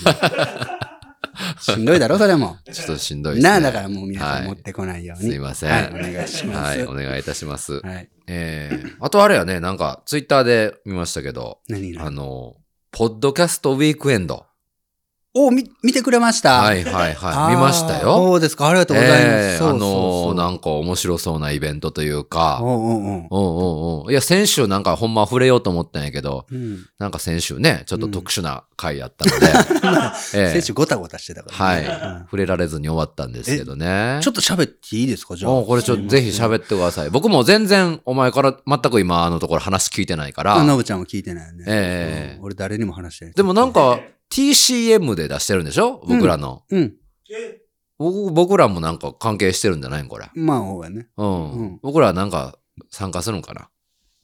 Speaker 1: しんどいだろ、それも。
Speaker 2: ちょっとしんどいですね。
Speaker 1: なあ、だからもう皆さん持ってこないように。
Speaker 2: すいません
Speaker 1: はい、お願いしま
Speaker 2: はい、
Speaker 1: す。
Speaker 2: お願いいたします。
Speaker 1: はい。
Speaker 2: えー、あとあれやね、なんか、ツイッターで見ましたけど、
Speaker 1: 何が
Speaker 2: あの、ポッドキャストウィークエンド。
Speaker 1: お、み、見てくれました。。
Speaker 2: はいいはいはい、見ましたよ。
Speaker 1: そうですか、ありがとうございます。
Speaker 2: えー
Speaker 1: そう
Speaker 2: あ
Speaker 1: そうそう
Speaker 2: のーなんか面白そうなイベントというか、
Speaker 1: おうおうおう
Speaker 2: うんうんうん。いや、先週なんかほんま触れようと思ったんやけど、
Speaker 1: うん。
Speaker 2: なんか先週ね、ちょっと特殊な回やったので、 えー
Speaker 1: 選手ごたごたしてたから
Speaker 2: は
Speaker 1: ね、
Speaker 2: い。
Speaker 1: うん
Speaker 2: 触れられずに終わったんですけどね。
Speaker 1: ちょっと喋っていいですか、じゃあ。
Speaker 2: もうこれちょっとぜひ喋ってください。僕も全然お前から全く今のところ話聞いてないから。
Speaker 1: ノブちゃんも聞いてないよね。
Speaker 2: ええ
Speaker 1: うん俺誰にも話してない。
Speaker 2: でもなんか TCM で出してるんでしょ僕らの。
Speaker 1: うん。
Speaker 2: 僕僕らもなんか関係してるんじゃないんこれ。
Speaker 1: まあ、ほうがね。
Speaker 2: うん。
Speaker 1: うん
Speaker 2: 僕らなんか参加するんかな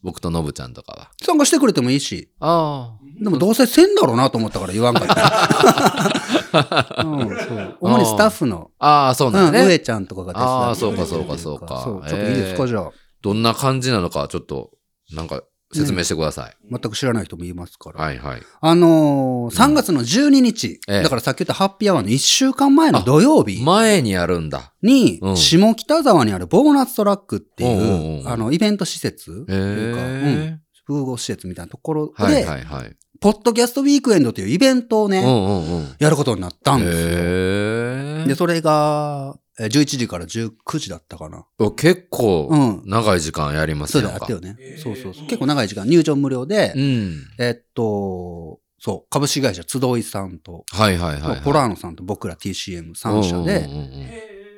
Speaker 2: 僕とノブちゃんとかは。
Speaker 1: 参加してくれてもいいし。
Speaker 2: あ
Speaker 1: でもどうせせんだろうなと思ったから言わんか った。うん、そう。主にスタッフの、、
Speaker 2: あ。ああ、そううんなんだね。
Speaker 1: 上ちゃんとかが手伝
Speaker 2: あー
Speaker 1: ってくれて
Speaker 2: そう
Speaker 1: る
Speaker 2: かそうかそうか
Speaker 1: そうちょっといいです
Speaker 2: え
Speaker 1: か、
Speaker 2: ー
Speaker 1: じゃあ。
Speaker 2: どんな感じなのか、ちょっと、なんか説明してください。
Speaker 1: 全く知らない人もいますから。
Speaker 2: はいはい。
Speaker 1: あのー、3月の12日、
Speaker 2: ええ
Speaker 1: だからさっき言ったハッピーアワーの1週間前の土曜日
Speaker 2: 前にやるんだ。
Speaker 1: に
Speaker 2: う、ん
Speaker 1: 下北沢にあるボーナストラックっていう、
Speaker 2: うんうんうん
Speaker 1: あの、イベント施設と
Speaker 2: へ
Speaker 1: いうか、うん、
Speaker 2: え。
Speaker 1: 複合施設みたいなところで、
Speaker 2: はいはいはい。
Speaker 1: ポッドキャストウィークエンドというイベントをね、
Speaker 2: うんうんうん。
Speaker 1: やることになったんですよ。
Speaker 2: へ
Speaker 1: で、
Speaker 2: え。
Speaker 1: それが、えー11時から19時だったかな。
Speaker 2: お結
Speaker 1: う
Speaker 2: 構、
Speaker 1: ん。
Speaker 2: 長い時間やります
Speaker 1: そう
Speaker 2: ね。
Speaker 1: だ、あ
Speaker 2: なん
Speaker 1: っ
Speaker 2: か
Speaker 1: たよね。そうそうそう。結構長い時間、入場無料で、
Speaker 2: うん。
Speaker 1: えっと、そう、株式会社集いさんと、
Speaker 2: はいはいはいはい。
Speaker 1: ポラーノさんと僕ら TCM3 社で、
Speaker 2: うんうんうんうん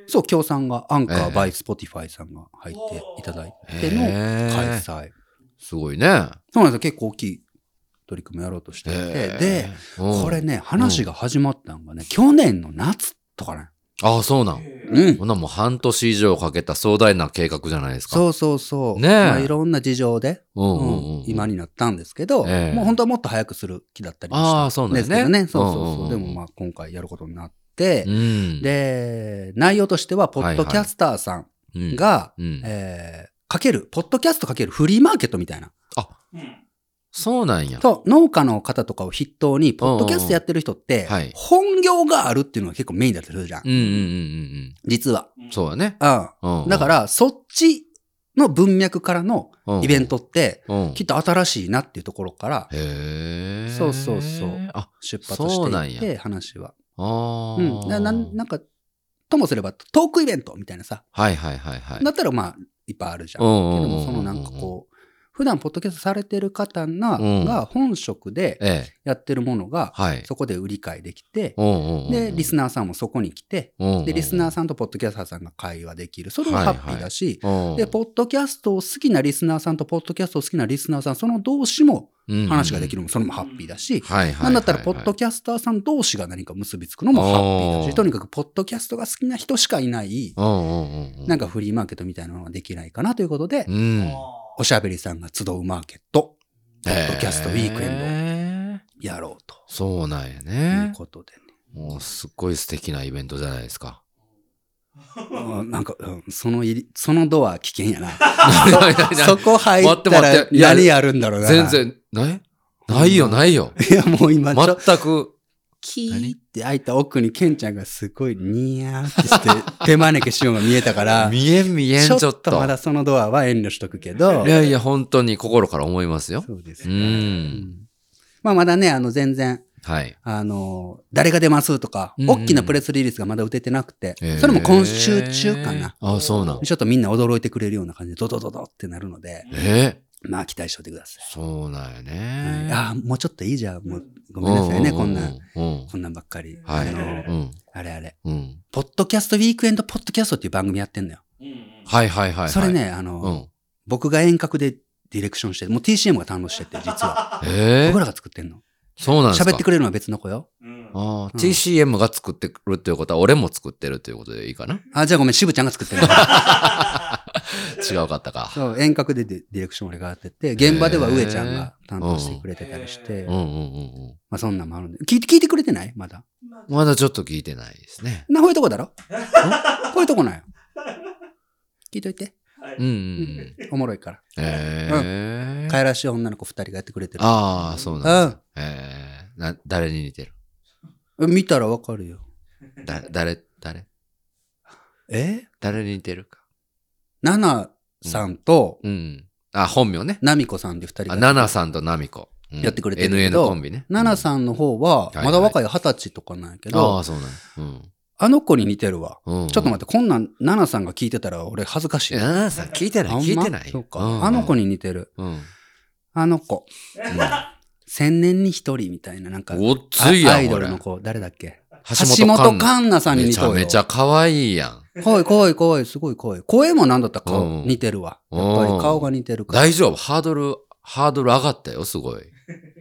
Speaker 1: そう、協賛がアンカ
Speaker 2: ええ
Speaker 1: ー by Spotify さんが入っていただいての
Speaker 2: へ
Speaker 1: 開
Speaker 2: え
Speaker 1: 催。
Speaker 2: すごいね。
Speaker 1: そうなんですよ。結構大きい取り組みやろうとしていて。
Speaker 2: へえ
Speaker 1: で、、
Speaker 2: うん
Speaker 1: これ。ね、話が始まったのがね、去年の夏とかね。
Speaker 2: ああ、そうなん。
Speaker 1: うん。
Speaker 2: ほんならもう半年以上かけた壮大な計画じゃないですか。う。
Speaker 1: そうそうそう。
Speaker 2: ねえ
Speaker 1: まあ、いろんな事情で、
Speaker 2: うん
Speaker 1: う
Speaker 2: うんんうん。
Speaker 1: 今になったんですけど、
Speaker 2: ええ
Speaker 1: もう本当はもっと早くする気だったりもした
Speaker 2: ああ、そうなん
Speaker 1: ん
Speaker 2: で
Speaker 1: ですす
Speaker 2: ね。
Speaker 1: けどね。そうそうそう。
Speaker 2: ん
Speaker 1: で
Speaker 2: んん
Speaker 1: もまあ今回やることになって、
Speaker 2: うん、
Speaker 1: で、内容としては、ポッドキャスターさん
Speaker 2: うん、
Speaker 1: が、
Speaker 2: うん
Speaker 1: えーかける、ポッドキャストかけるフリーマーケットみたいな。
Speaker 2: そうなんや。
Speaker 1: そう、農家の方とかを筆頭に、ポッドキャストやってる人って
Speaker 2: うんうんうんはい、
Speaker 1: 本業があるっていうのが結構メインだったりするじゃん。
Speaker 2: うんうんうんうん
Speaker 1: 実は。
Speaker 2: うん。そうだね。
Speaker 1: う
Speaker 2: うんうん
Speaker 1: ん。だか、ら、そっちの文脈からの
Speaker 2: うんうん
Speaker 1: イベントって、
Speaker 2: うん
Speaker 1: きっと新しいなっていうところから
Speaker 2: へえ。
Speaker 1: そうそうそう
Speaker 2: あ、
Speaker 1: 出発して
Speaker 2: そうなん
Speaker 1: いっ
Speaker 2: や
Speaker 1: て、話は。
Speaker 2: あ
Speaker 1: うん。
Speaker 2: ー
Speaker 1: だなんなんか、ともすればトークイベントみたいなさ。
Speaker 2: はいはいはいはい。
Speaker 1: だったら、まあ、いっぱいあるじゃん。
Speaker 2: う
Speaker 1: け
Speaker 2: んうんうんうん
Speaker 1: ども、そのなんかこう、普段ポッドキャストされてる方な
Speaker 2: うん
Speaker 1: が本職で
Speaker 2: ええ。
Speaker 1: やってるものが、
Speaker 2: はい。
Speaker 1: そこで売り買いできて、
Speaker 2: うんうんうんうん
Speaker 1: で、リスナーさんもそこに来て、
Speaker 2: うんうんうん
Speaker 1: で、リスナーさんとポッドキャスターさんが会話できる。それはハッピーだし、
Speaker 2: うん
Speaker 1: で、ポッドキャストを好きなリスナーさんと、ポッドキャストを好きなリスナーさん、その同士も話ができる
Speaker 2: る。
Speaker 1: のも、それもハッピーだし、
Speaker 2: はいはいはいはい。
Speaker 1: なんだったら、ポッドキャスターさん同士が何か結びつくのもハッピーだ
Speaker 2: おー
Speaker 1: し、とにかく、ポッドキャストが好きな人しかいない、
Speaker 2: うんうんうんうん。
Speaker 1: なんかフリーマーケットみたいなのができないかなということで
Speaker 2: う、ん。
Speaker 1: おしゃべりさんが集うマーケット、ポッドキャストウィークエン
Speaker 2: ンド。
Speaker 1: ドやろうと
Speaker 2: そうなんや
Speaker 1: いう
Speaker 2: ね。
Speaker 1: ことでね。
Speaker 2: もうすっごい素敵なイベントじゃないですか。
Speaker 1: うんなんか、うんその入り、そのドア危険や な。そ
Speaker 2: そ
Speaker 1: こ入
Speaker 2: 待って
Speaker 1: った
Speaker 2: 待っ
Speaker 1: ら
Speaker 2: ていや
Speaker 1: 何やるんだろうな。
Speaker 2: 全。然、ないないよないよ。
Speaker 1: いや、もう今、ちょっと、
Speaker 2: 全く。
Speaker 1: キーって開いた奥にケンちゃんがすごいニヤーってして、手招きしようが見えたから、
Speaker 2: 見えん見えんちょっ
Speaker 1: ちょ
Speaker 2: と。
Speaker 1: っとまだそのドアは遠慮しとくけど
Speaker 2: い、やいや、本当に心から思いますよ。
Speaker 1: そうです
Speaker 2: う。
Speaker 1: ね。うんんまあまだね、あの全然、
Speaker 2: はい。
Speaker 1: あの、誰が出ますとか、
Speaker 2: うん
Speaker 1: 大きなプレスリリースがまだ打ててなくて
Speaker 2: えー、
Speaker 1: それも今週中かな。。
Speaker 2: あ、そうなん。
Speaker 1: ちょっとみんな驚いてくれるような感じで、ドドドドってなるので、
Speaker 2: え
Speaker 1: まあ期待しておいてください。
Speaker 2: そうなんや
Speaker 1: はい
Speaker 2: ね。
Speaker 1: ああ、もうちょっといいじゃん。もうごめんなさいね、
Speaker 2: う
Speaker 1: こんな、。
Speaker 2: うん。
Speaker 1: こんなんばっかり。
Speaker 2: はい。
Speaker 1: あ
Speaker 2: う
Speaker 1: の、
Speaker 2: ん。
Speaker 1: あれあれ。
Speaker 2: うん。
Speaker 1: ポッドキャストウィークエンドポッドキャストっていう番組やってんだよ。
Speaker 2: はいはいはいはい。
Speaker 1: それ。ね、あの、
Speaker 2: うん。
Speaker 1: 僕が遠隔でディレクションして、もう TCM が堪能してて、実は。
Speaker 2: え
Speaker 1: 僕
Speaker 2: え。
Speaker 1: らが作ってんの。
Speaker 2: そうなんですか。
Speaker 1: 喋ってくれるのは別の子よ。
Speaker 2: ああ、
Speaker 1: うん
Speaker 2: TCM が作ってくるっていうことは、俺も作ってるっていうことでい いかな
Speaker 1: あ、じゃあごめん、渋ちゃんが作ってる。
Speaker 2: 違うかっ たか。
Speaker 1: そう、遠隔でディディレクション俺がやってて、現場では上ちゃんが担当してくれてたりして、
Speaker 2: うんうんうん
Speaker 1: まあそんなんもあるんで。聞いて、聞いてくれてないまだ。
Speaker 2: うん。まだちょっと聞いてないですね。
Speaker 1: な、こういうとこだろんこういうとこなんよ。聞いといて。
Speaker 2: うんうん
Speaker 1: おもろいから。
Speaker 2: うん。ええ。
Speaker 1: 帰らしい女の子二人がやってくれてる。
Speaker 2: ああ、そうなんですね。ええ。な、誰に似てる
Speaker 1: 見たらわかるよ。
Speaker 2: だ、誰、誰
Speaker 1: え
Speaker 2: 誰に似てるか。
Speaker 1: ナナさんと、
Speaker 2: うん。あ、本名ね。
Speaker 1: ナミコさんで二人
Speaker 2: あ、
Speaker 1: が。
Speaker 2: ナナさんとナミコ。うん
Speaker 1: やってくれてるけ
Speaker 2: NN
Speaker 1: ど
Speaker 2: コンビね。
Speaker 1: ナナ
Speaker 2: ん
Speaker 1: さんの方は、
Speaker 2: いはい
Speaker 1: まだ若い二十歳とかなんやけど、
Speaker 2: ああ、そうなんうん
Speaker 1: あの子に似てるわ。
Speaker 2: うんうん。
Speaker 1: ちょっと待って、こんなん、ナナさんが聞いてたら俺恥ずかしい。
Speaker 2: ナナさん聞いてない、
Speaker 1: あんま
Speaker 2: 聞いてない。
Speaker 1: そうか、
Speaker 2: ん
Speaker 1: あの子に似てる。
Speaker 2: うん。
Speaker 1: あの子。
Speaker 2: う
Speaker 1: 千年に一人みたいな、なんか、
Speaker 2: んごっ
Speaker 1: あ
Speaker 2: ついやん、
Speaker 1: アイド
Speaker 2: こ
Speaker 1: ル
Speaker 2: れ。
Speaker 1: の子、誰だっけ
Speaker 2: 橋本環奈
Speaker 1: 環奈さんに
Speaker 2: め
Speaker 1: 似
Speaker 2: ち
Speaker 1: てる
Speaker 2: ゃ
Speaker 1: よ。
Speaker 2: めちゃ可愛いやん。
Speaker 1: かわいい、かわいい、かわいい、すごいかわいい。声もなんだったら顔、
Speaker 2: うん
Speaker 1: 似てるわ。やっぱり顔が似てるから。
Speaker 2: 大丈夫ハードル、ハードル上がったよ、すごい。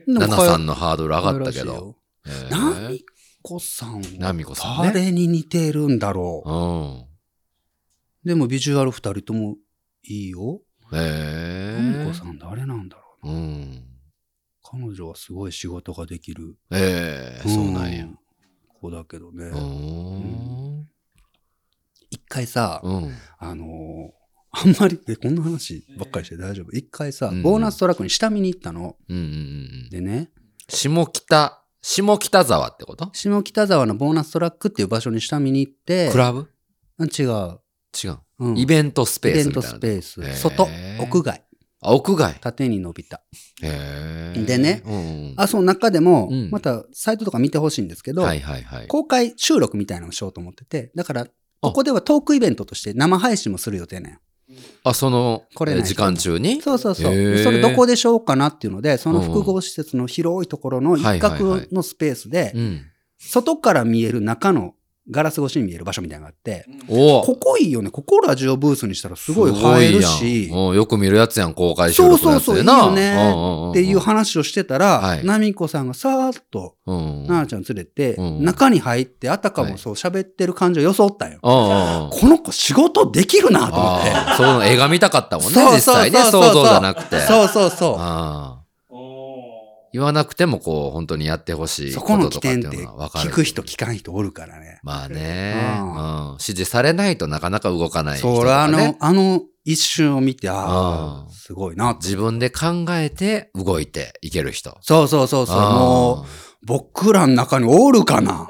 Speaker 1: でも
Speaker 2: ナナ
Speaker 1: かわい
Speaker 2: さんのハードル上がったけ
Speaker 1: かわいらしい
Speaker 2: ど。
Speaker 1: よ
Speaker 2: えー
Speaker 1: ナミ子さん
Speaker 2: ナ
Speaker 1: は
Speaker 2: ミコさんね。
Speaker 1: 誰に似てるんだろう。
Speaker 2: うん。
Speaker 1: でもビジュアル二人ともいいよ。
Speaker 2: へえ。
Speaker 1: ナミコさん誰なんだろう。
Speaker 2: うん。
Speaker 1: 彼女はすごい仕事ができる。
Speaker 2: ええ、そうなんや。。
Speaker 1: 子だけどね。
Speaker 2: うーん。
Speaker 1: 一回さ、
Speaker 2: うん。
Speaker 1: あのーあんまり、えこんな話ばっかりして大丈夫。一回さ、
Speaker 2: うん
Speaker 1: ボーナストラックに下見に行ったの。
Speaker 2: うんうんうんうん。
Speaker 1: でね、
Speaker 2: 下北、下北沢ってこと
Speaker 1: 下北沢のボーナストラックっていう場所に下見に行って、
Speaker 2: クラブ
Speaker 1: あ違う。
Speaker 2: 違う。
Speaker 1: うん
Speaker 2: イベントスペ
Speaker 1: イベ
Speaker 2: ース
Speaker 1: ン
Speaker 2: み
Speaker 1: ト
Speaker 2: たい
Speaker 1: ス
Speaker 2: な。
Speaker 1: ペース。
Speaker 2: へー
Speaker 1: 外、屋外、
Speaker 2: あ、屋外。
Speaker 1: 縦に伸びた。
Speaker 2: へえ。
Speaker 1: でね
Speaker 2: うんうん。
Speaker 1: あ、そう、中でも、
Speaker 2: うん
Speaker 1: またサイトとか見てほしいんですけど、
Speaker 2: はいはいはい。
Speaker 1: 公開収録みたいなのをしようと思ってて、だから、ここではトークイベントとして生配信もする予定なんよ。
Speaker 2: あ、その、
Speaker 1: これない
Speaker 2: え時間中に
Speaker 1: そうそうそう。
Speaker 2: へー
Speaker 1: でそれどこでしょうかなっていうので、その複合施設の広いところの一
Speaker 2: はいはいは
Speaker 1: 角
Speaker 2: い
Speaker 1: のスペースで
Speaker 2: う、ん。
Speaker 1: 外から見える中のガラス越しに見える場所みたいなのがあって、
Speaker 2: お
Speaker 1: ここいいよね。ここラジオブースにしたらすごい映えるし、
Speaker 2: すごいやんうんよく見るやつやん、公開収録のやつでな。
Speaker 1: そうそうそういいよね
Speaker 2: んんんん
Speaker 1: っていう話をしてたら、
Speaker 2: はい
Speaker 1: ナミコさんがさーっと、
Speaker 2: うん。
Speaker 1: ななちゃん連れて、
Speaker 2: うん
Speaker 1: 中に入って、あたかもそう喋ってる感じを装ったんよ。
Speaker 2: うんうんうん
Speaker 1: この子仕事できるなと思って。
Speaker 2: ああ、そう映画見たかったもんね、
Speaker 1: そうそう
Speaker 2: 実際ね。
Speaker 1: そう
Speaker 2: 想
Speaker 1: そうそう
Speaker 2: 像じゃなくて。
Speaker 1: そうそうそ
Speaker 2: ああ言わなくても、こう、本当にやってほし
Speaker 1: う。
Speaker 2: い
Speaker 1: そ
Speaker 2: こ
Speaker 1: この起
Speaker 2: ととかっ
Speaker 1: 点
Speaker 2: て
Speaker 1: って
Speaker 2: いうのは分かる。
Speaker 1: 聞く人聞かない人おるからね。
Speaker 2: まあね、
Speaker 1: う
Speaker 2: うん。指示されないとなかなか動かない人と
Speaker 1: それ
Speaker 2: か
Speaker 1: あの
Speaker 2: ね。、
Speaker 1: あの一瞬を見て、あ
Speaker 2: う
Speaker 1: あ、
Speaker 2: ん
Speaker 1: すごいなって。
Speaker 2: 自分で考えて動いていける人。
Speaker 1: そうそうそうそう。
Speaker 2: ああ
Speaker 1: もう、僕らの中におるかな。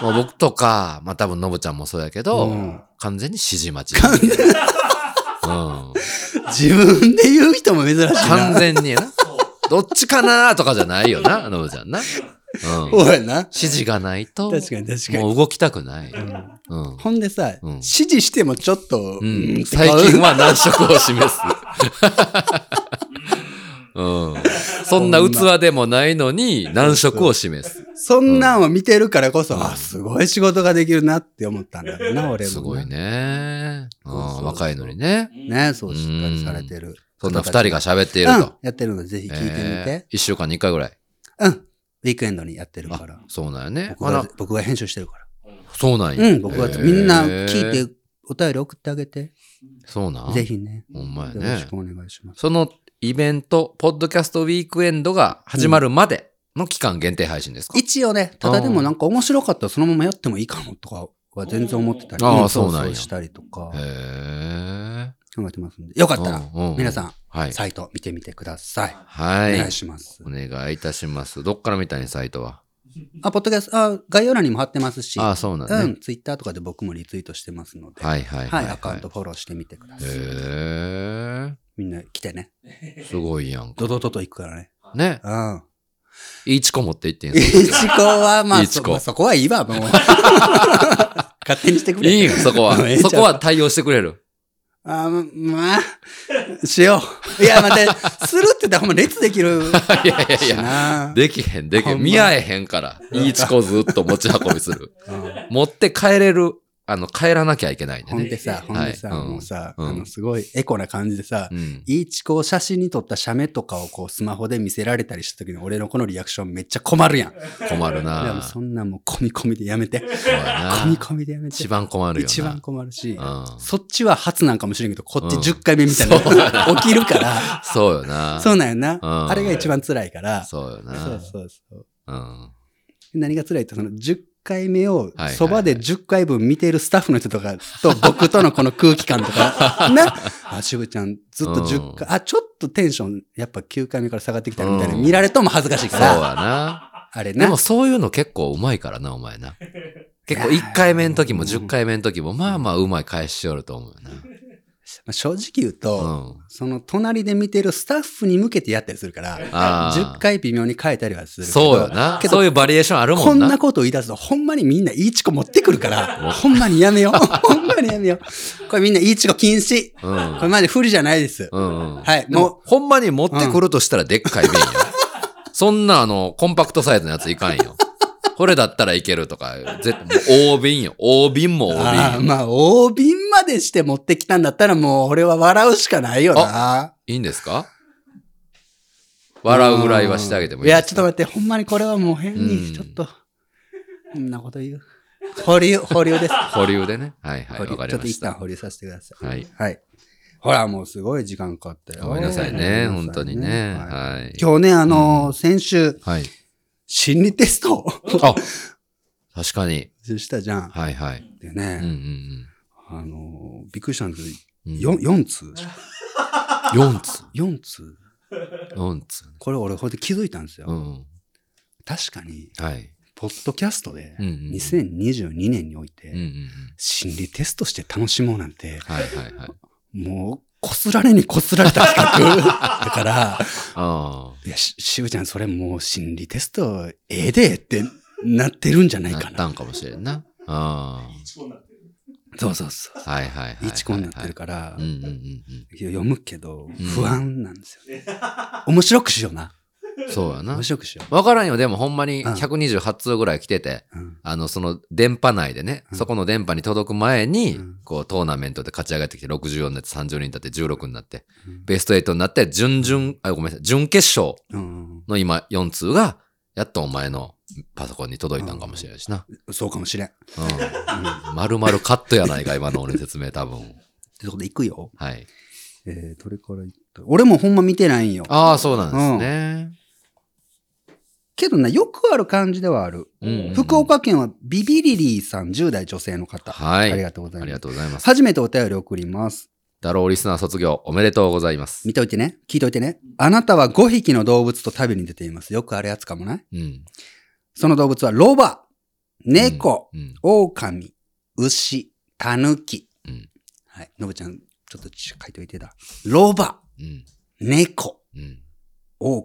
Speaker 2: もう僕とか、まあ多分のぶちゃんもそうやけど、
Speaker 1: うん
Speaker 2: 完全に指示待ち。うん、
Speaker 1: 自分で言う人も珍しい
Speaker 2: 完
Speaker 1: な。
Speaker 2: 全にやな。どっちかなとかじゃないよな、のぶちゃんな。うん、
Speaker 1: おいな。
Speaker 2: 指示がないと、
Speaker 1: 確かに確かに。
Speaker 2: もう動きたくない。うん
Speaker 1: ほんでさ、
Speaker 2: うん
Speaker 1: 指示してもちょっと、
Speaker 2: うん、
Speaker 1: って
Speaker 2: 最
Speaker 1: 顔
Speaker 2: 近は難色を示 す。うん、そんな器でもないのに難色を示す。
Speaker 1: そんなんを見てるからこそ、
Speaker 2: うん
Speaker 1: あ、すごい仕事ができるなって思ったんだろうな、俺も。
Speaker 2: すごい。ね。う
Speaker 1: そうそうそ
Speaker 2: ん、
Speaker 1: う
Speaker 2: 若いのにね。
Speaker 1: ね、そう、しっかりされてる。
Speaker 2: そんな二人が喋っている
Speaker 1: うん
Speaker 2: と。
Speaker 1: やってるので、ぜひ聞いてみ
Speaker 2: え
Speaker 1: て。
Speaker 2: ー一週間に一回ぐらい。
Speaker 1: うん。ウィークエンドにやってるから。
Speaker 2: そうなんやね。
Speaker 1: 僕
Speaker 2: あら
Speaker 1: が、僕が編集してるから。
Speaker 2: そうなんや。
Speaker 1: うん、僕が、
Speaker 2: へー
Speaker 1: みんな聞いて、お便り送ってあげて。
Speaker 2: そうなん
Speaker 1: ぜ。ひね。
Speaker 2: ほんまや
Speaker 1: よろし
Speaker 2: ね
Speaker 1: く。お願いします。
Speaker 2: そのイベント、ポッドキャストウィークエンドが始まるまでの期間限定配信ですか
Speaker 1: 一応ね、ただでもなんか面白かったらそのままやってもいいかもとかは全然思ってたり、
Speaker 2: あー
Speaker 1: ん
Speaker 2: そうなんや
Speaker 1: したりとか
Speaker 2: へえ。
Speaker 1: 考えてますんで、よかったら
Speaker 2: うんうんうん
Speaker 1: 皆さん、
Speaker 2: はい。
Speaker 1: サイト見てみてください。
Speaker 2: は
Speaker 1: お
Speaker 2: い
Speaker 1: 願い。します
Speaker 2: お。願いいたします。どっから見たいサイトは。
Speaker 1: あ、ポッドキャスト、あ、概要欄にも貼ってますし、
Speaker 2: ああ、そうなんだ
Speaker 1: う
Speaker 2: ね。
Speaker 1: ん、ツイッターとかで僕もリツイートしてますので、
Speaker 2: はいはい
Speaker 1: は、
Speaker 2: はいい。
Speaker 1: アカウント。フォローしてみてください。
Speaker 2: へ
Speaker 1: みんな来てね。
Speaker 2: え。すごいやんか。
Speaker 1: ドドドと行くからね。
Speaker 2: ね。
Speaker 1: うん。
Speaker 2: いちこ持って行ってん
Speaker 1: い
Speaker 2: す
Speaker 1: ちこは、まあ、
Speaker 2: いち
Speaker 1: そ
Speaker 2: こ
Speaker 1: まあそこはいいわ、 もう。勝手にしてくれ。
Speaker 2: いいよ、そこ
Speaker 1: ええじ
Speaker 2: は。
Speaker 1: ゃ
Speaker 2: そ
Speaker 1: ん
Speaker 2: こは対応してくれる。
Speaker 1: あーまあ、しよう。いや、待って、するって言ったらほんま列できる
Speaker 2: いやいやい
Speaker 1: し
Speaker 2: や。
Speaker 1: な。
Speaker 2: できへん、できへ
Speaker 1: ほん
Speaker 2: ん。
Speaker 1: ま
Speaker 2: 見合えへんから。いいチコずっと持ち運びす る。
Speaker 1: うん
Speaker 2: 持って帰れる、あの、帰らなきゃいけないんで
Speaker 1: ほんで
Speaker 2: ね。
Speaker 1: さ、ほんでさ、
Speaker 2: はいうん
Speaker 1: もうさ、
Speaker 2: うん
Speaker 1: あの、すごいエコな感じでさ
Speaker 2: う、ん。
Speaker 1: いいチコを写真に撮った写メとかをこうスマホで見せられたりした時に俺のこのリアクションめっちゃ困るやん。
Speaker 2: 困る
Speaker 1: でも
Speaker 2: な
Speaker 1: そんなんもう込み込みでやめて。
Speaker 2: そうや
Speaker 1: 込み
Speaker 2: な
Speaker 1: 込みでやめて。
Speaker 2: 一番困るよな。
Speaker 1: 一番困るし、
Speaker 2: うん
Speaker 1: そっちは初なんかもしれんけど、こっち
Speaker 2: うん
Speaker 1: 10回目みたいな、
Speaker 2: そうや
Speaker 1: 起きる から、
Speaker 2: そうよな
Speaker 1: そうなんやな、
Speaker 2: うん
Speaker 1: あれが一番辛いから。そ
Speaker 2: そうよ
Speaker 1: う
Speaker 2: な
Speaker 1: そうそう。
Speaker 2: うん。
Speaker 1: 何が辛いって、その10回目を
Speaker 2: はいはい
Speaker 1: そばで10回分見ているスタッフの人とかと僕とのこの空気感と か、な、あ、しぶちゃんずっと10回、あ、ちょっとテンションやっぱ9回目から下がってきたなみたいな、
Speaker 2: うん
Speaker 1: 見られても恥ずかしい
Speaker 2: そ
Speaker 1: か
Speaker 2: うや
Speaker 1: ら、
Speaker 2: な。
Speaker 1: あれ
Speaker 2: で
Speaker 1: な
Speaker 2: も。そういうの結構うまいからな、お前な。結構1回目の時も10回目の時も、まあまあうまい返しよると思うよ
Speaker 1: まあ正直言うと、
Speaker 2: な。うん。
Speaker 1: その隣で見てるスタッフに向けてやったりするから、
Speaker 2: あー
Speaker 1: 10回微妙に変えたりはするけど。
Speaker 2: そうよな。そういうバリエーションあるも
Speaker 1: こ
Speaker 2: ん
Speaker 1: ん
Speaker 2: な
Speaker 1: な。ことを言い出すと、ほんまにみんないいチコ持ってくるから、ほんまにやめよ う。ほんまにやめよう。これみんないいチコ禁止。
Speaker 2: うん
Speaker 1: これまで不利じゃないです。
Speaker 2: うんうん。
Speaker 1: はい
Speaker 2: でも
Speaker 1: も
Speaker 2: ほんまに持ってくるとしたらでっかい 瓶よ。そんなあの、コンパクトサイズのやついかんよ。これだったらいけるとか、絶対、大瓶よ。大瓶も
Speaker 1: あ
Speaker 2: 大
Speaker 1: あ
Speaker 2: 瓶よ。
Speaker 1: まあ、大瓶までして持ってきたんだったら、もう俺は笑うしかないよな。
Speaker 2: いいんですか笑うぐらいはしてあげても
Speaker 1: い
Speaker 2: いいで
Speaker 1: や、
Speaker 2: す
Speaker 1: ちょっと待って、ほんまにこれはもう変
Speaker 2: うん
Speaker 1: に、ちょっと、そんなこと言う。保留、保留です。
Speaker 2: 保留でね。はいは
Speaker 1: 保
Speaker 2: い。
Speaker 1: 留ち
Speaker 2: わかり
Speaker 1: ょっ
Speaker 2: ま
Speaker 1: と
Speaker 2: し
Speaker 1: 一旦
Speaker 2: た。
Speaker 1: 保留させてください。
Speaker 2: はい。
Speaker 1: はい。ほら、もうすごい時間かかったよ。
Speaker 2: ごめんなさいね。本当にね。
Speaker 1: はい
Speaker 2: はい。
Speaker 1: 今日ね、あのー先週、
Speaker 2: はい。
Speaker 1: 心理テストを
Speaker 2: あ確かに。
Speaker 1: したじゃん。
Speaker 2: はいはい。
Speaker 1: で
Speaker 2: うんうん
Speaker 1: ね、あのーびっくりしたんです
Speaker 2: うんうん。
Speaker 1: よ。4、四通
Speaker 2: 4つ。
Speaker 1: ?4 通
Speaker 2: 4つ。
Speaker 1: これ俺、これで気づいたんですよ。
Speaker 2: うん。
Speaker 1: 確かに、
Speaker 2: はい。
Speaker 1: ポッドキャストで
Speaker 2: うん、うん。
Speaker 1: 2022年におい
Speaker 2: うんうんう
Speaker 1: て、
Speaker 2: ん。
Speaker 1: 心理テストして楽しもうなんて、
Speaker 2: はいはいはい。
Speaker 1: もう、こすられにこすられた企 画だから、
Speaker 2: あ
Speaker 1: いや、し、しぶちゃん、それもう心理テスト、ええでってなってるんじゃな
Speaker 2: あ。
Speaker 1: い
Speaker 2: な
Speaker 1: か
Speaker 2: っ
Speaker 1: な。
Speaker 2: たんかもしれんな。あ
Speaker 1: そうそうそう。
Speaker 2: あ。はいはいはい。
Speaker 1: 一コになってるから
Speaker 2: うん、うんうん
Speaker 1: 読むけど、
Speaker 2: うん
Speaker 1: 不安なんですよね。面白くしような。
Speaker 2: うん。そうやな
Speaker 1: 面。白くしよ
Speaker 2: わからんよ。でもほんまに
Speaker 1: うん
Speaker 2: 128通ぐらい来てて。
Speaker 1: う。うん。
Speaker 2: あの、その電波内でね、
Speaker 1: うん
Speaker 2: そこの電波に届く前に、
Speaker 1: うん
Speaker 2: こうトーナメントで勝ち上がってきて64になって30人になって16になって、
Speaker 1: うん
Speaker 2: ベスト8になって準々、あ、ごめんなさい、準決勝
Speaker 1: うん、
Speaker 2: の今4通が、やっとお前のパソコンに届いたんかもしれな いしな。
Speaker 1: そうかもしれん。
Speaker 2: うん。まるまるカットやないか、今の俺の説明多分。
Speaker 1: ということで、行くよ。
Speaker 2: はい。
Speaker 1: えー、どれから行った俺もほんま見てないんよ。
Speaker 2: ああ、そうなんですね。
Speaker 1: けどな、よくある感じではある。
Speaker 2: うんうんうん
Speaker 1: 福岡県はビビリリーさん、10代女性の方。
Speaker 2: は
Speaker 1: あり
Speaker 2: い。
Speaker 1: がとうござ
Speaker 2: あ
Speaker 1: い
Speaker 2: り
Speaker 1: ま
Speaker 2: が
Speaker 1: す。
Speaker 2: とうございます。
Speaker 1: 初めてお便り送ります。
Speaker 2: ダローリスナー卒業おめでとうございます。
Speaker 1: 見といてね。聞いといてね。あなたは5匹の動物と旅に出ています。よくあるやつかもない
Speaker 2: うん。
Speaker 1: その動物はロバ、猫、
Speaker 2: うん。
Speaker 1: 狼、牛、タヌキ。
Speaker 2: うん
Speaker 1: はい。のぶちゃん、ちょっと書いといてだ。ロバ、
Speaker 2: うん。
Speaker 1: 猫、
Speaker 2: うん。
Speaker 1: 狼、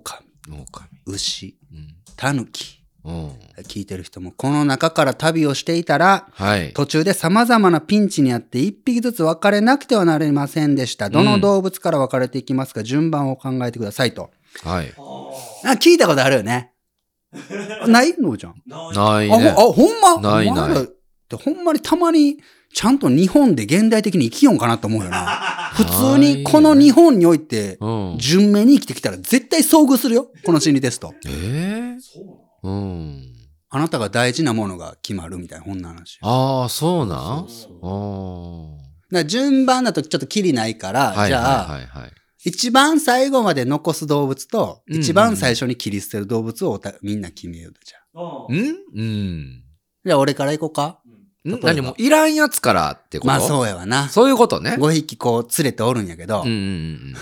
Speaker 2: 狼。
Speaker 1: 牛、
Speaker 2: うん。
Speaker 1: タヌキ。
Speaker 2: うん。
Speaker 1: 聞いてる人も、この中から旅をしていたら、
Speaker 2: はい。
Speaker 1: 途中で様々なピンチにあって一匹ずつ別れなくてはなりませんでした。どの動物から別れていきますか、順番を考えてくださいと。
Speaker 2: はい。
Speaker 1: あ、聞いたことあるよね。 ないのぶちゃん。
Speaker 2: ない
Speaker 1: あ、ほ
Speaker 2: ね。
Speaker 1: あほんま
Speaker 2: ないない
Speaker 1: お前らってほんまにたまに、ちゃんと日本で現代的に生きようんかなと思うよ な。普通にこの日本において、
Speaker 2: うん。
Speaker 1: 純明に生きてきたら絶対遭遇するよ。この心理テスト。
Speaker 2: ええうん。
Speaker 1: あなたが大事なものが決まるみたいな、こんな話。だか
Speaker 2: ああ、そうなん
Speaker 3: そう
Speaker 2: あ
Speaker 1: ら順番だとちょっとキリないから、
Speaker 2: あ。はい
Speaker 1: じ
Speaker 2: は
Speaker 1: ゃ
Speaker 2: い
Speaker 1: あ、
Speaker 2: はいはい。
Speaker 1: 一番最後まで残す動物と、
Speaker 2: うんうん
Speaker 1: 一番最初に切り捨てる動物をおたみんな決めようよじゃあ。
Speaker 2: ん
Speaker 1: じゃあ俺から行こうか。
Speaker 2: う
Speaker 1: 例え
Speaker 2: ん。ん
Speaker 1: ば
Speaker 2: 何もいらんやつからってこと
Speaker 1: まあそうやわな。
Speaker 2: そういうことね。
Speaker 1: 5匹こう連れておるんやけど、
Speaker 2: うんうんうんうん。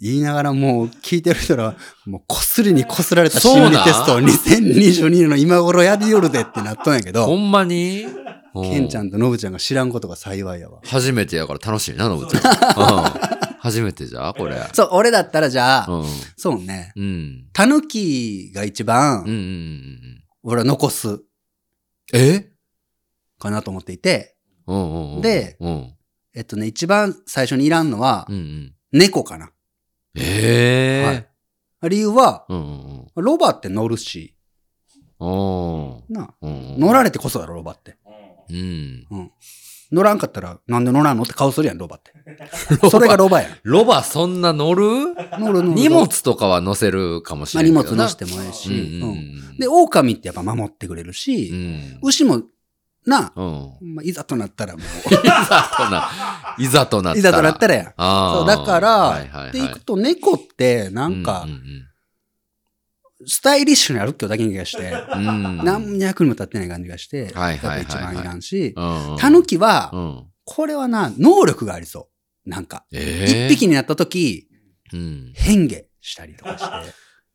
Speaker 1: 言いながらもう聞いてる人らは、もうこすりにこすられた
Speaker 2: そう
Speaker 1: 心
Speaker 2: な
Speaker 1: 理
Speaker 2: ん
Speaker 1: テストを2022年の今頃やりよるでってなっとんやけ
Speaker 2: ほ
Speaker 1: ど、
Speaker 2: んまに
Speaker 1: ケンちゃ
Speaker 2: うん
Speaker 1: とノブちゃんが知らんことが幸いやわ。
Speaker 2: 初めてやから楽しいな、のぶ ちゃん。うん初めてじゃこれ。
Speaker 1: そう、俺だったらじゃあ、
Speaker 2: うん。
Speaker 1: そうね、
Speaker 2: うん。
Speaker 1: タヌキが一
Speaker 2: うんうんうん
Speaker 1: 番、
Speaker 2: うん。
Speaker 1: 俺は残す
Speaker 2: え
Speaker 1: かなと思っていて、
Speaker 2: うんうんうん。
Speaker 1: で
Speaker 2: うん。
Speaker 1: えっとね、一番最初にいらんのは
Speaker 2: うんう、ん。
Speaker 1: 猫かな。
Speaker 2: ええ。
Speaker 1: はい。理由は、
Speaker 2: うんうん
Speaker 1: ロバって乗るし、
Speaker 2: うん。うん
Speaker 1: な、
Speaker 2: うん。
Speaker 1: 乗られてこそだろ、ロバって。
Speaker 2: うん。
Speaker 1: 乗らんかったら、なんで乗らんのって顔するやん、ロバって。それがロバやん。
Speaker 2: ロバそんな乗る
Speaker 1: 乗る乗る
Speaker 2: 荷物とかは乗せるかもし
Speaker 1: まあ、
Speaker 2: れ
Speaker 1: 荷
Speaker 2: ない
Speaker 1: 物乗
Speaker 2: な。
Speaker 1: せてもええし、
Speaker 2: うんう
Speaker 1: うんんで、狼ってやっぱ守ってくれるし、
Speaker 2: うん。
Speaker 1: 牛も、な、
Speaker 2: うん。
Speaker 1: まあ、いざとなったらも
Speaker 2: いざとな、いざとなった
Speaker 1: う、い
Speaker 2: ら。
Speaker 1: ざとなったらやん。
Speaker 2: ああ。
Speaker 1: そうだから、
Speaker 2: はいはいはい
Speaker 1: で、いくと猫って、なんか
Speaker 2: う、
Speaker 1: スタイリッシュに歩くけどだけにがして、
Speaker 2: うんうん。うん
Speaker 1: 何百にも経ってない感じがして、
Speaker 2: はいはいは
Speaker 1: やっ
Speaker 2: いはい
Speaker 1: ぱ一番いらんし、
Speaker 2: うん。
Speaker 1: タヌキは、
Speaker 2: うん。
Speaker 1: これはな、能力がありそう。なんか、
Speaker 2: え
Speaker 1: 一
Speaker 2: え。
Speaker 1: 匹になった時、
Speaker 2: うん。
Speaker 1: 変化したりと かして。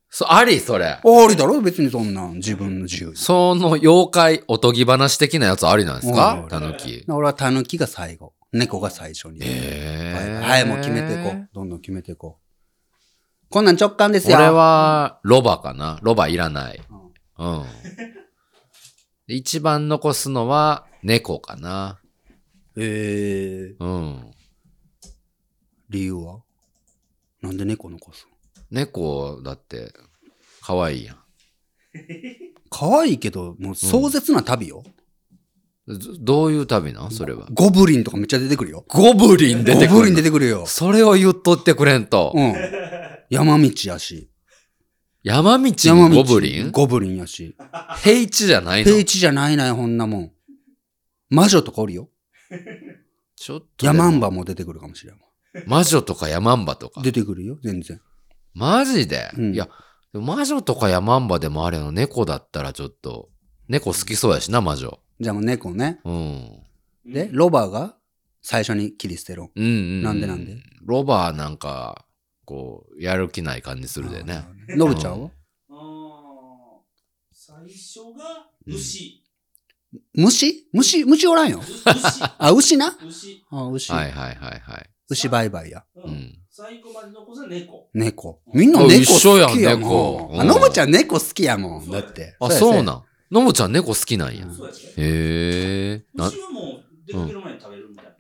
Speaker 2: そう、ありそれ。
Speaker 1: ありだろ別にそんなん、自分の自由に。
Speaker 2: その妖怪おとぎ話的なやつありなんです
Speaker 1: うん
Speaker 2: か
Speaker 1: うん
Speaker 2: タヌキ。
Speaker 1: 俺はタヌキが最後、猫が最初に。
Speaker 2: ええ。
Speaker 1: はい、もう決めていこう。どんどん決めていこう。こんなん直感ですよ。
Speaker 2: 俺は、ロバかな。ロバいらない。うん。で一番残すのは、猫かな。
Speaker 1: えー、
Speaker 2: うん。
Speaker 1: 理由はなんで猫残す
Speaker 2: 猫、だって、可愛いやん。
Speaker 1: 可愛いけど、もう壮絶な旅よ。
Speaker 2: ずどういう旅なんそれは。
Speaker 1: ゴブリンとかめっちゃ出てくるよ。
Speaker 2: ゴブリン
Speaker 1: ゴブリン出てくるよ。
Speaker 2: それを言っとってくれんと
Speaker 1: う。ん。山道やし。
Speaker 2: 山道
Speaker 1: 山
Speaker 2: に
Speaker 1: 道
Speaker 2: ゴブリン
Speaker 1: ゴブリンやし。
Speaker 2: 平地じゃないの
Speaker 1: 平地じゃないなよ、こんなもん。魔女とかおるよ。
Speaker 2: ちょっと。
Speaker 1: ヤマンバも出てくるかもしれんわ。
Speaker 2: 魔女とかヤマンバとか。
Speaker 1: 出てくるよ、全然。
Speaker 2: マジで、
Speaker 1: うん
Speaker 2: いや、でも魔女とかヤマンバでもあれの猫だったらちょっと、猫好きそうやしな、魔女。
Speaker 1: じゃあもう猫ね。
Speaker 2: うん。
Speaker 1: で、ロバが最初に切り捨てろ。
Speaker 2: うん、うん。
Speaker 1: なんでなんで
Speaker 2: ロバーなんか、こう、やる気ない感じするでね。
Speaker 1: あー。ノブちゃんは
Speaker 3: あー最初が牛。
Speaker 1: 虫虫虫おらんよ。
Speaker 3: う
Speaker 1: あ、牛な
Speaker 3: 牛。牛。
Speaker 1: あ、牛。
Speaker 2: はいはいはいはい。
Speaker 1: 牛売買や。
Speaker 3: う。
Speaker 2: うんん。
Speaker 3: 最後まで残すのは猫。
Speaker 1: 猫。みんな猫
Speaker 2: あ一緒やん
Speaker 1: 好きやも
Speaker 2: 猫
Speaker 1: ん。
Speaker 2: うん
Speaker 1: あ、ノブちゃん猫好きやもん。だって。
Speaker 2: あ、そう
Speaker 1: の
Speaker 2: なん。のもちゃん猫好きなんや。
Speaker 1: うん
Speaker 3: そうやって。
Speaker 2: へえ。な、い
Speaker 3: 牛はもう出かける前に食べるみたいな。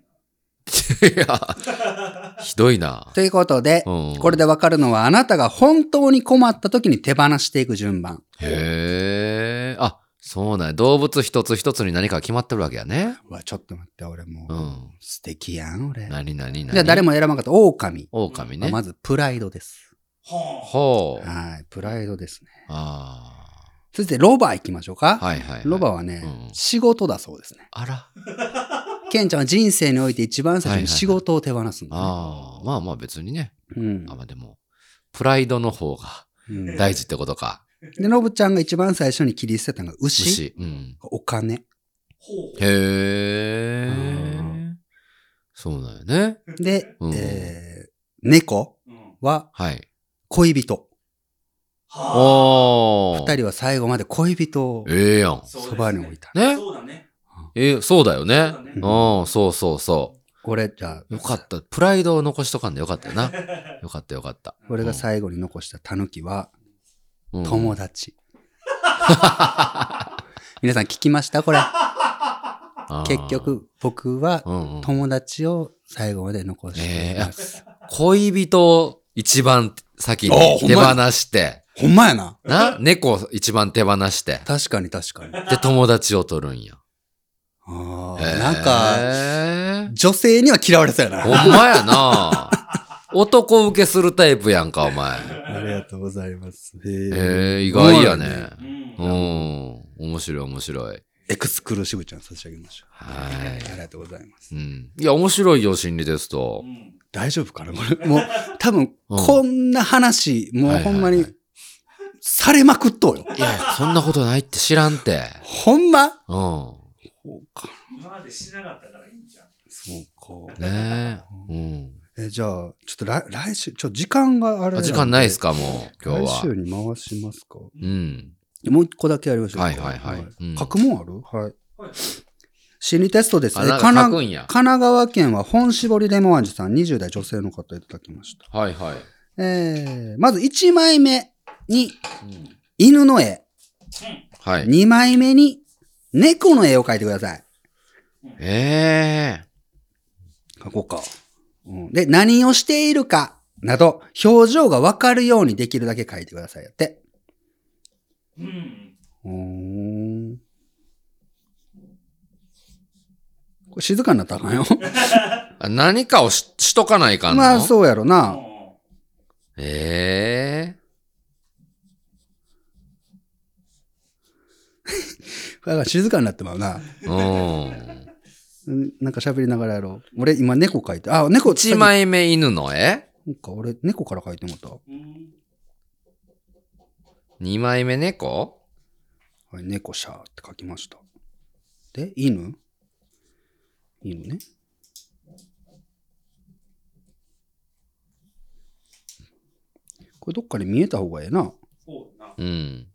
Speaker 2: や、ひどいな。
Speaker 1: ということで、
Speaker 2: うん。
Speaker 1: これでわかるのは、あなたが本当に困った時に手放していく順番。
Speaker 2: へえ。あ、そうなんや動物一つ一つに何かが決まってるわけやね。
Speaker 1: うわ、ちょっと待って、俺も
Speaker 2: う
Speaker 1: う、
Speaker 2: ん。
Speaker 1: 素敵やん、俺。
Speaker 2: 何何何
Speaker 1: じゃあ誰
Speaker 2: も。
Speaker 1: も選ばなかった、狼。
Speaker 2: 狼
Speaker 1: まあ
Speaker 2: ね。
Speaker 1: まず、プライドです。
Speaker 3: は
Speaker 2: ほう。
Speaker 1: はい、プライドですね。
Speaker 2: あ
Speaker 1: そして、ロバ行きましょうか。
Speaker 2: あ。はいはい、はい。
Speaker 1: ロバはね、
Speaker 2: うん
Speaker 1: 仕事だそうですね。
Speaker 2: あら。
Speaker 1: ケンちゃんは人生において一番最初に仕事を手放すんだ、ね
Speaker 2: ああ。まあまあ別にね。
Speaker 1: うん
Speaker 2: あ、まあでも、プライドの方が
Speaker 1: うんで、
Speaker 2: 大事ってことか。
Speaker 1: ノブちゃんが一番最初に切り捨てたのが牛。
Speaker 2: 虫。うん。
Speaker 1: お金。
Speaker 3: ほう。
Speaker 2: へえ
Speaker 1: うん。
Speaker 2: そうだよね。
Speaker 1: で、
Speaker 2: うん
Speaker 1: えー猫
Speaker 3: うん。
Speaker 1: は
Speaker 2: はい。
Speaker 1: 恋人。
Speaker 3: はあ。
Speaker 2: おー。
Speaker 1: 二人は最後まで恋人を
Speaker 2: ええやん。
Speaker 3: そうです
Speaker 1: そ
Speaker 3: ね
Speaker 1: ばに置いた。
Speaker 2: ね
Speaker 3: そうだね。
Speaker 2: えーそうだよね
Speaker 3: そうだね。
Speaker 2: うん、そうそうそ
Speaker 1: 俺、じゃあ
Speaker 2: う。よかった。プライドを残しとかんでよかったよな。 よかったよかった。
Speaker 1: 俺が最後に残したタヌキは、
Speaker 2: うん
Speaker 1: 友達。 皆さん聞きましたこれ。結、局、僕は
Speaker 2: あーうんうん
Speaker 1: 友達を最後まで残しています。
Speaker 2: 恋人を一番先に
Speaker 1: あほん
Speaker 2: 手
Speaker 1: まや
Speaker 2: 放して、
Speaker 1: ほんまやな。
Speaker 2: な、猫を一番手放して、
Speaker 1: 確かに確かに。あ
Speaker 2: で、友達を取るんや。
Speaker 1: あ
Speaker 2: へー
Speaker 1: ー、なんか、
Speaker 2: へー
Speaker 1: 女性には嫌われそうや
Speaker 2: ほ
Speaker 1: な。
Speaker 2: んまやな男受けするタイプやんか、お前。
Speaker 1: ありがとうございます。へ
Speaker 2: え
Speaker 1: ー
Speaker 2: ー、意外やね。
Speaker 3: うん
Speaker 2: う。ん。面白い、面白い。
Speaker 1: エクスクルーシブちゃん差し上げましょう。
Speaker 2: は
Speaker 1: ありがとうございます。
Speaker 2: い。うん。いや、面白いよ、心理テスト
Speaker 3: う。ん
Speaker 1: 大丈夫かなこれ、もう、多分、
Speaker 2: うん
Speaker 1: こんな話、もう
Speaker 2: はいはい
Speaker 1: ほ
Speaker 2: はい
Speaker 1: んまに、されまくっとうよ。
Speaker 2: いや、そんなことないって知らんて。
Speaker 1: ほんま
Speaker 2: うん。
Speaker 1: そうか。
Speaker 3: 今までしなかったからいいんじゃん。
Speaker 1: そうか。
Speaker 2: ねえ。うん。
Speaker 1: え、じゃあ、ちょっと来、来週、ちょ、時間があれ
Speaker 2: あ時間ない
Speaker 1: っ
Speaker 2: ですか、もう、今日
Speaker 1: 来週
Speaker 2: は。
Speaker 1: に回しますか。
Speaker 2: うん。
Speaker 1: もう一個だけやりましょうか。
Speaker 2: はいはいはいうん
Speaker 1: 書くもんあるはい
Speaker 3: はい。
Speaker 1: 心理テストです
Speaker 2: あ、
Speaker 1: ね。
Speaker 2: なん
Speaker 1: 神
Speaker 2: か書
Speaker 1: 奈
Speaker 2: くんや。
Speaker 1: 神奈川県は本絞りレモン味さん、20代女性の方いただきました。
Speaker 2: はいはい。
Speaker 1: えー、まず1枚目に
Speaker 2: うん
Speaker 1: 犬の絵、
Speaker 2: はい。
Speaker 1: 2枚目に猫の絵を描いてください。
Speaker 2: ええ
Speaker 1: 書こうか。うんで、何をしているかなど、表情がわかるようにできるだけ書いてください。やって。
Speaker 3: うん。
Speaker 1: うーんこれ静かになったらあかんよ。
Speaker 2: あ何かをししとかないかんの
Speaker 1: まあそうやろ
Speaker 3: う
Speaker 1: な。
Speaker 3: ん
Speaker 2: ええ
Speaker 1: だから静かになってまうな。
Speaker 2: うん。
Speaker 1: うんなんか喋りながらやろう。俺今猫描いて。あ、猫
Speaker 2: 一。
Speaker 1: さ
Speaker 2: 枚目犬の絵
Speaker 1: っきなんか俺猫から描いてもらった。
Speaker 3: うん。
Speaker 2: 二枚目猫
Speaker 1: はい、猫シャーって書きました。で、犬犬ね。これどっかに見えた方がええな。
Speaker 3: そうだな。
Speaker 2: うん。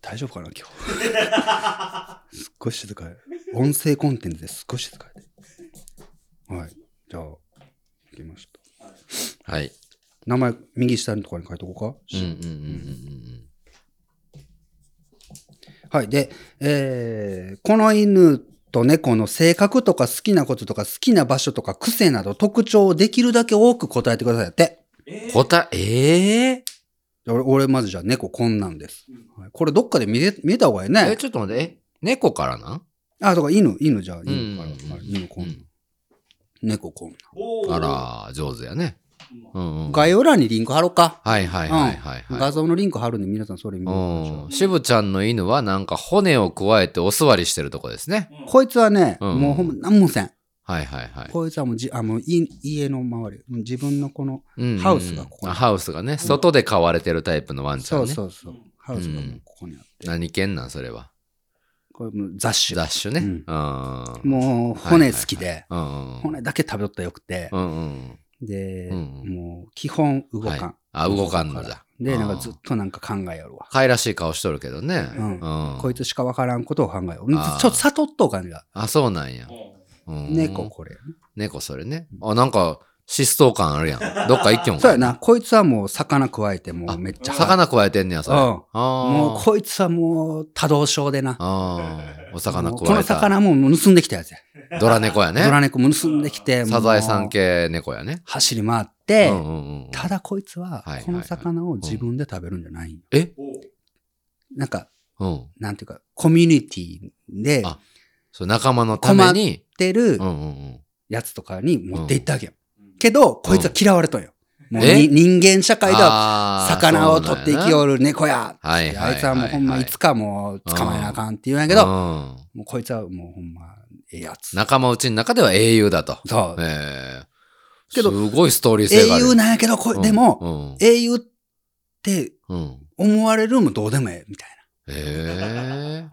Speaker 1: 大丈夫かな、今日。 すっごい静かい。音声コンテンツですっごい静かいで。はい。じゃあ、書きました。
Speaker 2: はい。
Speaker 1: 名前、右下のところに書いとこう
Speaker 2: う
Speaker 1: か。
Speaker 2: んうんうんうん
Speaker 1: はい。で、えーこの犬と猫の性格とか好きなこととか好きな場所とか癖など特徴をできるだけ多く答えてくださいやって。
Speaker 3: え
Speaker 2: うん。
Speaker 3: ー
Speaker 2: 答え、ええ
Speaker 1: じゃあ俺、俺まずじゃあ猫こんなんです。はいこれどっかで見れ見えた方がいい
Speaker 2: え、
Speaker 1: ね。
Speaker 2: ちょっと待って、え、猫からな
Speaker 1: あ、そうか、犬、犬じゃあ、
Speaker 2: うん
Speaker 1: 犬から。はい犬こんなん。猫こんな。
Speaker 3: おー
Speaker 2: あ。ら、上手やね。うんうん。は
Speaker 1: 概要欄にリンク貼ろうか。
Speaker 2: いはいはいはい、はい
Speaker 1: 画像のリンク貼るんで皆さんそれ見てみましょう
Speaker 2: うん。渋ちゃんの犬はなんか骨を加えてお座りしてるとこですね。
Speaker 3: うん
Speaker 1: こいつはね、
Speaker 2: うん
Speaker 1: もうほんま何もせん。
Speaker 2: はいはいはい。
Speaker 1: こいつはもうじあもうい家の周り、もう自分のこの、
Speaker 2: うんうん
Speaker 1: ハウスがここに
Speaker 2: あハウスがね、外で飼われてるタイプのワンちゃ
Speaker 1: そ
Speaker 2: んね。
Speaker 1: うそうそう、ハウスがもうここにあって、
Speaker 2: 何犬なんそれは。
Speaker 1: これもう雑種。
Speaker 2: ダッシュね。
Speaker 1: う
Speaker 2: うんん。うん
Speaker 1: もう骨好きで、
Speaker 2: うん。
Speaker 1: 骨だけ食べとったらよくて、
Speaker 2: うんうん。
Speaker 1: で、
Speaker 2: うん
Speaker 1: もう基本動かん。
Speaker 2: はいあ、動かんのじゃ。
Speaker 1: で、
Speaker 2: あー
Speaker 1: なんかずっとなんか考えやるわ。
Speaker 2: 飼いらしい顔しとるけどね。
Speaker 1: うんこいつ
Speaker 2: つ。
Speaker 1: しかわからんことを考えよう。ちょ
Speaker 2: あー
Speaker 1: っと悟っとう感じが。
Speaker 2: あ、そうなんや。
Speaker 3: う
Speaker 2: うん
Speaker 1: 猫これ。
Speaker 2: 猫それね。あ、なんか、疾走感 あるやん。どっか行きょんか
Speaker 1: そうやな。。こいつはもう魚食わえてもうめっちゃ。
Speaker 2: 魚加えてんねや、それ。
Speaker 1: うん
Speaker 2: ああ。
Speaker 1: もうこいつはもう多動症でな。
Speaker 2: ああ。お魚
Speaker 1: もう
Speaker 2: 加えた。
Speaker 1: この魚も盗んできたやつや。
Speaker 2: ドラ猫やね。
Speaker 1: ドラ猫も盗んできて、
Speaker 2: サザエさん
Speaker 1: も
Speaker 2: 系猫やね
Speaker 1: う。走り回って、
Speaker 2: うんうんうん
Speaker 1: ただこいつは
Speaker 2: はいはいはい
Speaker 1: この魚を自分で食べるんじゃないんよ
Speaker 3: おー
Speaker 1: なんか、
Speaker 2: うん。
Speaker 1: なんていうか、コミュニティで売っ
Speaker 2: あそう、仲間のために。
Speaker 1: てる
Speaker 2: うんうんうん。
Speaker 1: やつとかに持って行ったわけよ。
Speaker 3: うん
Speaker 1: けど、こいつは嫌われとんよ。もう
Speaker 2: え
Speaker 1: に人間社会では
Speaker 2: あー
Speaker 1: 魚を取って生きよ。る猫や。
Speaker 2: そうなんやなはいはいはい
Speaker 1: あいつはもうほんまいつかもう捕まえなあかんって言うんやけ
Speaker 2: そう
Speaker 1: ど、
Speaker 2: なんやな
Speaker 1: もうこいつはもうほんま、ええや
Speaker 2: う
Speaker 1: つ
Speaker 2: ん。仲間うちの中では英雄だと。
Speaker 1: そう。
Speaker 2: ええ。
Speaker 1: けど
Speaker 2: すごいストーリー性があ
Speaker 1: 英
Speaker 2: る。
Speaker 1: 雄なんやけど、こいでも、
Speaker 2: も、
Speaker 1: 英雄って
Speaker 2: うん。うん
Speaker 1: 思われるのもどうでもええみたいな。
Speaker 2: え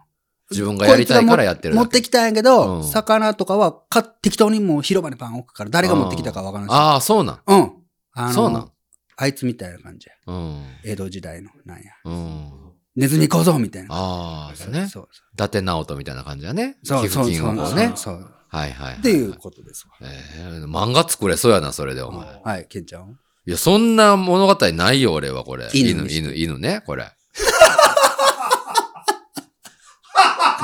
Speaker 2: え。自分がやりたいからやってるだ
Speaker 1: 持
Speaker 2: け。
Speaker 1: ってきたんやけど、
Speaker 2: うん
Speaker 1: 魚とかはか適当にもう広場にパン置くから誰が持ってきたかわからんし。
Speaker 2: ああ、そうなん。
Speaker 1: うん。あ
Speaker 2: そうなん
Speaker 1: の、。あいつみたいな感じや。
Speaker 2: うん。
Speaker 1: 江戸時代の、なんや。
Speaker 2: うん。
Speaker 1: ネズミ小僧みたいな。
Speaker 2: ああ、そうね。
Speaker 1: そう
Speaker 2: 伊達直人みたいな感じだね。
Speaker 1: そう。
Speaker 2: 寄
Speaker 1: そう
Speaker 2: 付
Speaker 1: そうそう
Speaker 2: 金をこう
Speaker 1: そう
Speaker 2: ね。
Speaker 1: そう。
Speaker 2: はいはいはい。
Speaker 1: っていう。ことですわ。
Speaker 2: えー、漫画作れそうやな、それでお前。
Speaker 3: うん
Speaker 1: はい、 ケンちゃん。
Speaker 2: いや、そんな物語ないよ、俺は、これ。
Speaker 1: 犬
Speaker 2: 犬、
Speaker 1: にして
Speaker 2: 犬、犬ね、これ。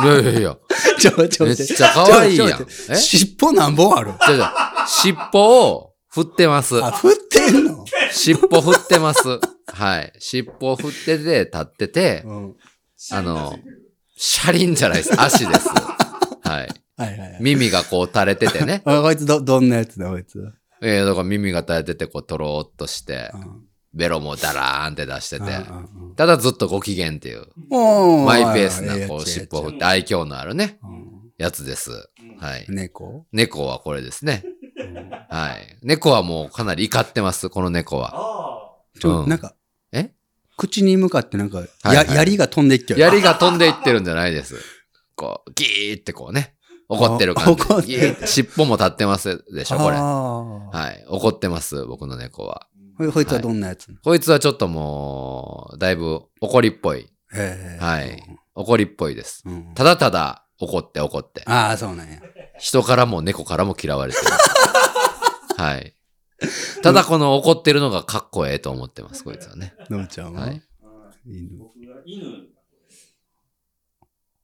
Speaker 2: いやいやいや、
Speaker 1: ちょ、ちょ、
Speaker 2: めっちゃ可愛いやん。え
Speaker 1: え尻尾何本ある
Speaker 2: じゃじゃ尻尾を振ってます。
Speaker 1: あ、振ってんの
Speaker 2: 尻尾振ってます。はい。尻尾振ってて、立ってて、
Speaker 1: うん。
Speaker 2: あの、車輪じゃないです。足です。はい。
Speaker 1: はいはいはい。
Speaker 2: 耳がこう垂れててね。
Speaker 1: あこいつど、どんなやつだ、こいつ。うん
Speaker 2: えー、だから耳が垂れてて、こう、とろーっとして、ベロもダラーンって出して
Speaker 1: うん
Speaker 2: て、
Speaker 1: うんうん
Speaker 2: ただずっとご機嫌っていう、
Speaker 1: おー
Speaker 2: マイペー
Speaker 1: え
Speaker 2: ス
Speaker 1: えや
Speaker 2: な、
Speaker 1: つ
Speaker 2: こう、
Speaker 1: ええやつ
Speaker 2: 尻尾を振って、愛嬌のあるね、
Speaker 1: うん
Speaker 2: やつです。はい。
Speaker 1: 猫
Speaker 2: 猫はこれですね。はい。猫はもうかなり怒ってます、この猫は。
Speaker 3: あ
Speaker 1: ちょ、
Speaker 2: うん
Speaker 1: なんか、
Speaker 2: え
Speaker 1: 口に向かってなんか、
Speaker 2: はい
Speaker 1: や、
Speaker 2: はい
Speaker 1: 槍が飛んでいっちゃう。
Speaker 2: 槍が飛んでいってるんじゃないです。こう、ギーってこうね、怒ってる感じ
Speaker 1: あ怒って。る
Speaker 2: ギーって尻尾も立ってますでしょ、これ。は
Speaker 1: あ
Speaker 2: い。怒ってます、僕の猫は。
Speaker 1: ーこいこいつはどんなやつなの
Speaker 2: こいつはちょっともう、だいぶ怒りっぽい。
Speaker 1: へー
Speaker 2: はい。怒りっぽいです。
Speaker 1: うん
Speaker 2: ただただ怒って怒って。
Speaker 1: ああ、そうなんや。
Speaker 2: 人からも猫からも嫌われ てる。はい。ただこの怒ってるのがかっこええと思ってます、こいつはね。
Speaker 1: のぶちゃんは。
Speaker 2: はい。
Speaker 3: あ。はい
Speaker 1: 犬
Speaker 3: 僕が犬。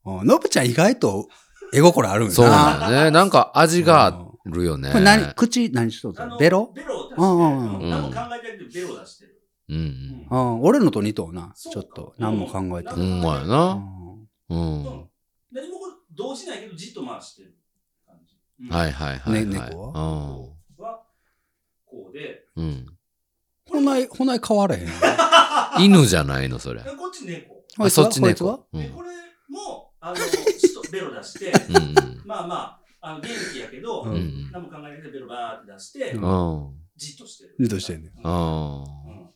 Speaker 1: あのぶちゃん意外と絵心あるんやな。
Speaker 2: そうなんよね。なんか味があるよね。
Speaker 1: これ何、口何しとっ
Speaker 3: あ
Speaker 1: た
Speaker 3: の
Speaker 1: ベロ
Speaker 3: ベロを出して
Speaker 1: う
Speaker 3: る。
Speaker 1: んうん
Speaker 2: うん
Speaker 3: 何も考えてなくてベロを出してる。
Speaker 2: うんうん。
Speaker 1: ああ俺のと似とうな。ち
Speaker 3: そう
Speaker 1: ょっと、何も考えて
Speaker 2: ほ
Speaker 1: ない。
Speaker 2: んまや
Speaker 1: あ
Speaker 2: な。う。
Speaker 3: うんん何も動じないけどじっと回してる感じ。うん
Speaker 2: はい。はいはいはい。
Speaker 1: ね猫
Speaker 2: は
Speaker 3: は、こうで、
Speaker 2: うん。うん。
Speaker 1: ーほない、ほない変わらへん。
Speaker 2: 犬じゃないの、それ。
Speaker 3: こっち猫。
Speaker 1: こい
Speaker 2: あ、
Speaker 1: つは
Speaker 2: そっち
Speaker 1: こいつは
Speaker 2: 猫。うん。うん
Speaker 3: で、これも、 あの、ちょっとベロ出して、
Speaker 2: うん。
Speaker 3: まあまあ、あの元気やけど、
Speaker 1: う
Speaker 2: うんん
Speaker 3: 何も考えなくてベロバーって出して、
Speaker 1: うん
Speaker 2: うん。
Speaker 3: じっとしてる。
Speaker 1: じっとしてんね
Speaker 3: う
Speaker 2: うん
Speaker 3: あ
Speaker 2: ん。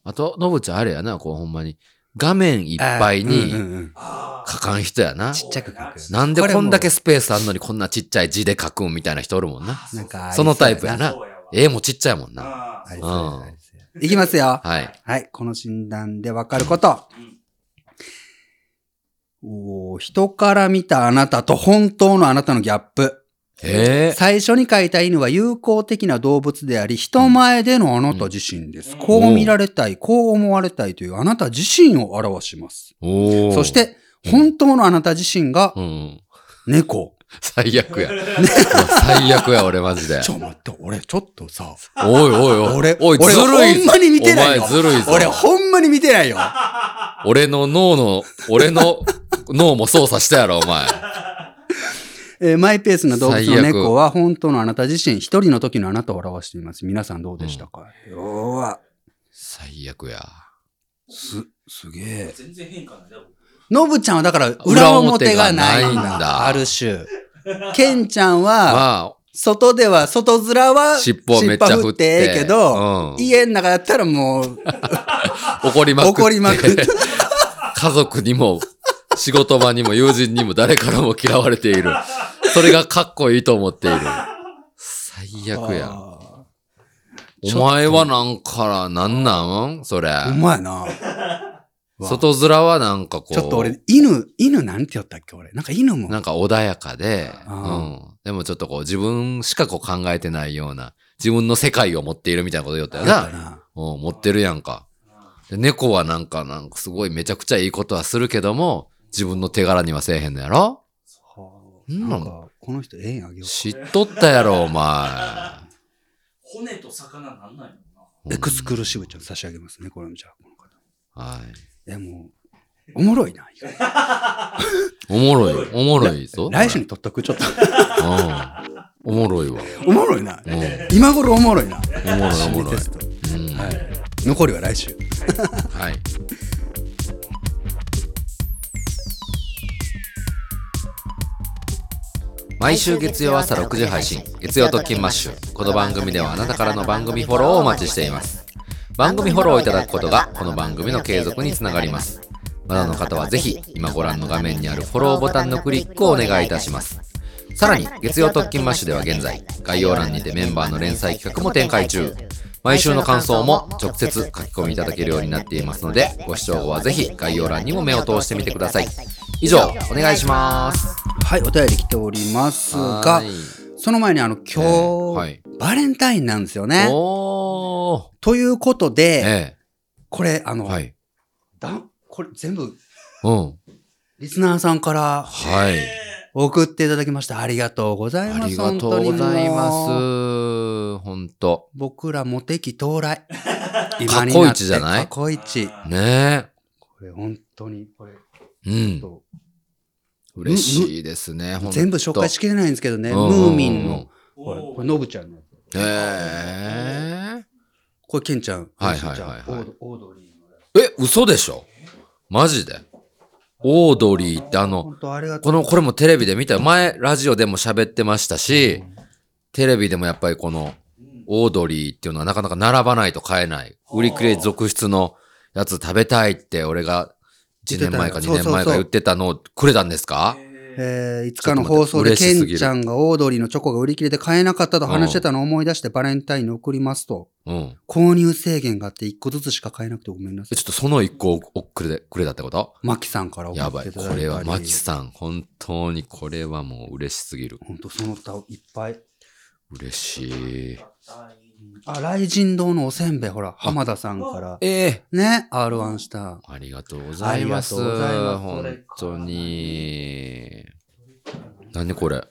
Speaker 2: あと、のぶちゃんあれやな、こうほんまに。画面いっぱい
Speaker 1: うんう
Speaker 2: に
Speaker 1: んうん
Speaker 3: あ
Speaker 2: 書かん人やな。
Speaker 1: ちっちゃく書くやつ
Speaker 2: なんでこんだけスペースあんのにこんなちっちゃい字で書くんみたいな人おるもんな。
Speaker 1: なんか、
Speaker 2: そのタイプやな
Speaker 3: そうやわ
Speaker 2: 絵もちっちゃいもんな。
Speaker 3: あ
Speaker 1: あ
Speaker 3: ー
Speaker 1: り
Speaker 3: そ
Speaker 1: そううや
Speaker 2: うん
Speaker 1: ありそうやいきますよ。
Speaker 2: はい。
Speaker 1: はい、この診断でわかること。
Speaker 3: うん
Speaker 1: おー人から見たあなたと本当のあなたのギャップ。
Speaker 2: ええ。
Speaker 1: 最初に描いた犬は友好的な動物であり、人前でのあなた自身です。
Speaker 3: うん
Speaker 1: こう見られたい、こう思われたいというあなた自身を表します。
Speaker 2: おお。
Speaker 1: そし、て、本当のあなた自身が
Speaker 2: うん。
Speaker 1: 猫。
Speaker 2: 最悪や。最悪や、俺マジで。
Speaker 1: ちょ、待って、俺ちょっとさ、
Speaker 2: おいおいおい。
Speaker 1: 俺
Speaker 2: おい、ず
Speaker 1: 俺
Speaker 2: るい
Speaker 1: ほ
Speaker 2: ぞ。
Speaker 1: んまに見てないよ
Speaker 2: お前ずるいぞ。
Speaker 1: 俺ほんまに見てないよ。
Speaker 2: 俺の脳の、俺の脳も操作したやろ、お前。
Speaker 1: えーマイペースな動物
Speaker 2: 最
Speaker 1: の
Speaker 2: 悪
Speaker 1: 猫は本当のあなた自身、一人の時のあなたを表しています。皆さんどうでしたか、うわ、
Speaker 2: 最悪や。
Speaker 1: す、すげえ。
Speaker 3: 全然変化ないだろ。
Speaker 1: のぶちゃんはだから裏表がないん
Speaker 2: 裏
Speaker 1: だ。
Speaker 2: 表がないんだ
Speaker 1: ある種。けんちゃんは、
Speaker 2: ま
Speaker 1: 外では、外面は、
Speaker 2: あ、尻尾めっちゃ振って。
Speaker 1: ええけど、
Speaker 2: うん
Speaker 1: 家の中だったらもう、
Speaker 2: 怒りまくって。
Speaker 1: 怒りまくって
Speaker 2: 家族にも、仕事場にも友人にも誰からも嫌われている。それがかっこいいと思っている。最悪や。
Speaker 1: あ
Speaker 2: お前はなんから、なんなんそれ。
Speaker 1: ーうまいな。
Speaker 2: 外面はなんかこう。
Speaker 1: ちょっと俺、犬、犬なんて言ったっけ俺。なんか犬も。
Speaker 2: なんか穏やかで、う
Speaker 1: あ
Speaker 2: ん。でもちょっとこう自分しかこう考えてないような、自分の世界を持っているみたいなこと言ったよ
Speaker 1: 言った
Speaker 2: な。
Speaker 1: な
Speaker 2: うん、持ってるやんか。で猫はなんか、なんかすごいめちゃくちゃいいことはするけども、自分の手柄にはせえへんのやろうん
Speaker 1: なんか、この人、ええんあげよ
Speaker 2: 知っとったやろ、お前。
Speaker 3: 骨と魚なんないも
Speaker 1: う。 エクスクルーシブちゃん差し上げますね、これもじゃあ、この方。
Speaker 2: はい。
Speaker 1: え、もう、おもろいな。
Speaker 2: おもろい、おもろいぞ。
Speaker 1: 来週にとっとく、ちょっと。
Speaker 2: うん。おもろいわ。
Speaker 1: おもろいな
Speaker 2: う。ん。お
Speaker 1: 今頃おもろいな。
Speaker 2: もろい、おもろい
Speaker 1: テ。スト。
Speaker 2: うん。
Speaker 1: は。
Speaker 2: はい
Speaker 1: 残りは来週。
Speaker 2: い。毎週月曜朝6時配信、月曜特勤マッシュ。この番組ではあなたからの番組フォローをお待ちしています。番組フォローをいただくことが、この番組の継続につながります。まだの方はぜひ、今ご覧の画面にあるフォローボタンのクリックをお願いいたします。さらに、月曜特勤マッシュでは現在、概要欄にてメンバーの連載企画も展開中。毎週の感想も直接書き込みいただけるようになっていますので、ご視聴後はぜひ概要欄にも目を通してみてください。以上、お願いします。
Speaker 1: はい、お便り来ておりますが
Speaker 2: は、い
Speaker 1: その前にあの、
Speaker 2: えー
Speaker 1: 今
Speaker 2: は
Speaker 1: 日、
Speaker 2: い。
Speaker 1: バレンタインなんですよね。
Speaker 2: おー。
Speaker 1: ということで、
Speaker 2: え
Speaker 1: これ、あ
Speaker 2: え
Speaker 1: の
Speaker 2: は、い。
Speaker 1: だこれ全部、
Speaker 2: うん。
Speaker 1: リスナーさんから
Speaker 2: は
Speaker 3: ん。
Speaker 2: い。
Speaker 3: え
Speaker 1: 送っていただきました。ありがとうございます。
Speaker 2: ありがとうござ
Speaker 1: 本当に
Speaker 2: い
Speaker 1: もう
Speaker 2: ます。ほんと。
Speaker 1: 僕らモテ期到 来。
Speaker 2: 過去一じゃない
Speaker 1: 過去
Speaker 3: ー
Speaker 1: 一。
Speaker 2: ね
Speaker 1: これ本当に、これ、
Speaker 2: え。う
Speaker 1: ち
Speaker 2: ん。
Speaker 1: ょ
Speaker 2: 嬉しいですね。
Speaker 1: っ
Speaker 2: ほん
Speaker 1: と
Speaker 2: と
Speaker 1: 全部紹介しきれないんですけどね、
Speaker 2: う
Speaker 1: ム
Speaker 2: んうんうん
Speaker 1: ーミンの、
Speaker 3: お
Speaker 1: これ、
Speaker 3: ー
Speaker 1: これノブちゃんのやつ。
Speaker 2: え
Speaker 1: これ、ケンちゃん。
Speaker 2: はいはいはいは
Speaker 1: ケン
Speaker 2: い
Speaker 1: ちゃんオードオードリーのや
Speaker 2: え。え、嘘でしょマジでオードリーってあ
Speaker 1: つ。
Speaker 2: の、
Speaker 1: 本当ありがと
Speaker 2: この、これもテレビで見た。前、ラジオでも喋ってましたし、テレビでもやっぱりこの、
Speaker 3: うん
Speaker 2: オードリーっていうのはなかなか並ばないと買えない。売り切れ続出のやつ食べたいって、俺が1年前か2
Speaker 1: 言ってたよそう
Speaker 2: 年前か
Speaker 1: そうそう
Speaker 2: 言ってたのをくれたんですか
Speaker 1: う。
Speaker 3: え
Speaker 1: えー、5日の放送でケ
Speaker 2: ちょっと待って嬉しすぎる
Speaker 1: ンちゃんがオードリーのチョコが売り切れで買えなかったと話してたのを思い出してバレンタインに送りますと、
Speaker 2: うん。
Speaker 1: 購入制限があって1個ずつしか買えなくてごめんなさ
Speaker 2: え
Speaker 1: い
Speaker 2: ちょ。っとその1個をおくれくれたってこと
Speaker 1: マキさんから送
Speaker 2: や
Speaker 1: っ
Speaker 2: ば
Speaker 1: て
Speaker 2: い。
Speaker 1: いただい
Speaker 2: こ
Speaker 1: たり
Speaker 2: れはマキさん、本当にこれはもう嬉しすぎる。
Speaker 1: ほんとその他をいっぱい。
Speaker 2: 嬉しい
Speaker 3: ー。硬い
Speaker 1: あ、雷神堂のおせんべい、ほら、浜田さんから。
Speaker 2: ええ
Speaker 1: ね、R1 した。
Speaker 2: ありがとうございます。
Speaker 1: ありがとうございます
Speaker 2: 本当に。何これ。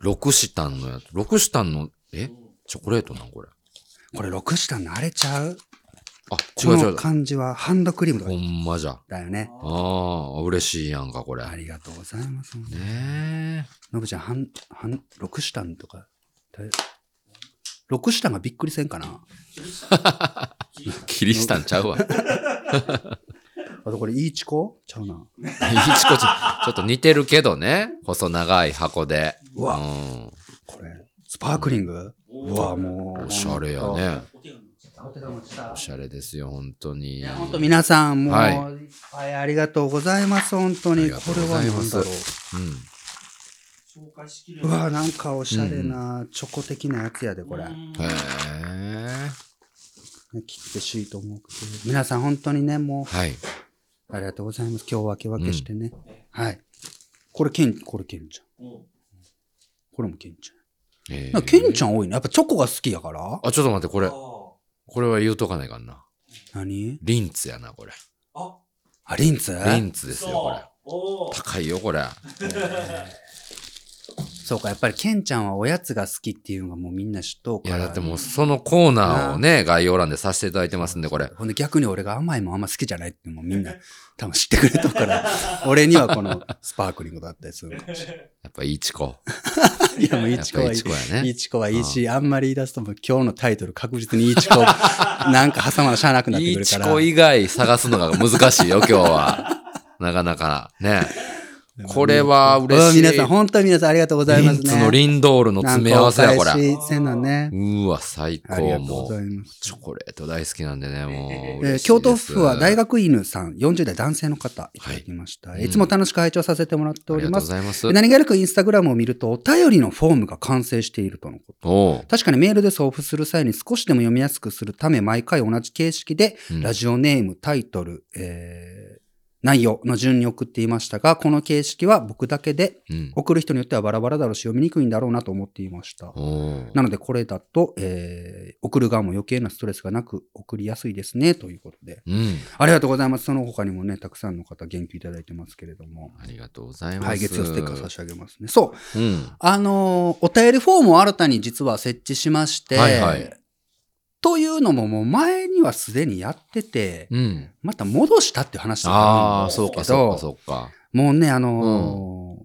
Speaker 2: ロクシタンのやつ。ロクシタンの、えチョコレートなんこれ。
Speaker 1: これ、六下慣れちゃう
Speaker 2: あ、違
Speaker 1: こ
Speaker 2: う違
Speaker 1: の
Speaker 2: う。
Speaker 1: 感じはハンドクリームと
Speaker 2: ほ
Speaker 1: か
Speaker 2: んまじゃ。
Speaker 1: だよね。
Speaker 2: ああ、嬉しいやんか、これ。
Speaker 1: あ
Speaker 2: ね
Speaker 1: りがとうございます。
Speaker 2: え。
Speaker 1: のぶちゃん、はん、はん、六下とか。だい六下がびっくりせんかな
Speaker 2: キリシタンちゃう わ。いいチ
Speaker 1: あとこれ、いいチコちゃうな。
Speaker 2: コチ。ちょっと似てるけどね。細長い箱で。
Speaker 1: う
Speaker 2: う
Speaker 1: わ、
Speaker 2: ん。
Speaker 1: これ、スパークリングうわ、もう。
Speaker 2: おしゃれや。ね。
Speaker 3: お手紙来た
Speaker 1: お手玉来た
Speaker 2: おしゃれですよ、本当に。
Speaker 1: いや、本当皆さん、もう、
Speaker 2: はい
Speaker 1: いっぱいありがとうございます、本当
Speaker 2: あ
Speaker 1: に。
Speaker 2: りが
Speaker 1: こと
Speaker 2: う
Speaker 1: れ
Speaker 2: ご
Speaker 1: は
Speaker 2: ざいま
Speaker 1: 何
Speaker 2: す
Speaker 1: だろう。
Speaker 2: うん。
Speaker 3: 紹介しきれ
Speaker 1: う
Speaker 3: ない
Speaker 1: わ、なんかおしゃれな、チョコ的なやつやで、これ。
Speaker 3: うん
Speaker 2: へえ。
Speaker 1: ね切ってしいと思うけど。皆さん、本当にね、も
Speaker 2: はい。
Speaker 1: う、ありがとうございます。今日分け分けしてね。はい。これ、ケン、これ、ケンちゃん。
Speaker 3: うん
Speaker 1: これもケンち
Speaker 2: え
Speaker 1: ゃん。なんかケンちゃん多いな。やっぱチョコが好きやから
Speaker 2: あ、ちょっと待って、こ
Speaker 3: あ
Speaker 2: れ、
Speaker 3: ー
Speaker 2: これは言うとかないかんな。
Speaker 1: 何
Speaker 2: リンツやな、これ。
Speaker 3: あ、
Speaker 1: あ、リンツ
Speaker 2: リンツですよ、これ。
Speaker 3: そう。おー
Speaker 2: 高いよ、これ。
Speaker 1: そうか、やっぱりケンちゃんはおやつが好きっていうのがもうみんな知っとう
Speaker 2: い
Speaker 1: から。
Speaker 2: や、だってもうそのコーナーをね、概要欄でさせていただいてますんで、これ。
Speaker 1: ほんで逆に俺が甘いもんあんま好きじゃないっていうのもみんな多分知ってくれとる から、俺にはこのスパークリングだったりするかもしれ
Speaker 2: やっぱいいチコ。
Speaker 1: ない。いや、もうい
Speaker 2: やっ
Speaker 1: ちこ
Speaker 2: ぱ
Speaker 1: はい
Speaker 2: いチ
Speaker 1: い。
Speaker 2: コや
Speaker 1: い
Speaker 2: ね。
Speaker 1: いちこはいいし、あんまり言い出すともう今日のタイトル確実にいいち こ、なんか挟まなしゃあなくなって
Speaker 2: い
Speaker 1: く
Speaker 2: い
Speaker 1: るか
Speaker 2: チ
Speaker 1: ら。
Speaker 2: コ以外探すのが難し いよ、今日は。なかなか。ね。これは嬉しい
Speaker 1: うん皆さん、本当に皆さんありがとうござい
Speaker 2: リ
Speaker 1: ま
Speaker 2: ン
Speaker 1: すね。
Speaker 2: ツのリンドールの詰め合わせや、
Speaker 1: な
Speaker 2: これ。
Speaker 1: んかお返しせんのね。
Speaker 2: うわ、最
Speaker 1: あり
Speaker 2: 高。
Speaker 1: がとう
Speaker 2: も、
Speaker 1: ございうます。
Speaker 2: チョコレート大好きなんでね、もう
Speaker 1: え
Speaker 2: 嬉しいで
Speaker 1: ー
Speaker 2: す。
Speaker 1: 京都府は大学犬さん、40代男性の方、いただきました。
Speaker 2: はい
Speaker 1: い、つも楽しく拝聴させてもらっております。
Speaker 2: ありがとうございます。
Speaker 1: 何気なくインスタグラムを見ると、お便りのフォームが完成しているとのこと。
Speaker 2: おう
Speaker 1: 確かにメールで送付する際に少しでも読みやすくするため、毎回同じ形式で、
Speaker 2: うん
Speaker 1: ラジオネーム、タイトル、えー内容の順に送っていましたが、この形式は僕だけで、
Speaker 2: うん
Speaker 1: 送る人によってはバラバラだろうし、読みにくいんだろうなと思っていました。
Speaker 2: おう
Speaker 1: なので、これだと、えー送る側も余計なストレスがなく送りやすいですね、ということで。
Speaker 2: うん。
Speaker 1: ありがとうございます。その他にもね、たくさんの方、言及いただいてますけれども。
Speaker 2: ありがとうございます。
Speaker 1: はい、月曜ステッカー差し上げますね。そう。
Speaker 2: うん。
Speaker 1: あのーお便りフォームを新たに実は設置しまして、
Speaker 2: はいはい
Speaker 1: というのももう前にはすでにやってて、
Speaker 2: うん。
Speaker 1: また戻したっていう話だ
Speaker 2: ああ、
Speaker 1: った
Speaker 2: そ
Speaker 1: ん
Speaker 2: う
Speaker 1: で
Speaker 2: か、
Speaker 1: すけど、
Speaker 2: そうか、そうか。
Speaker 1: もうね、あのー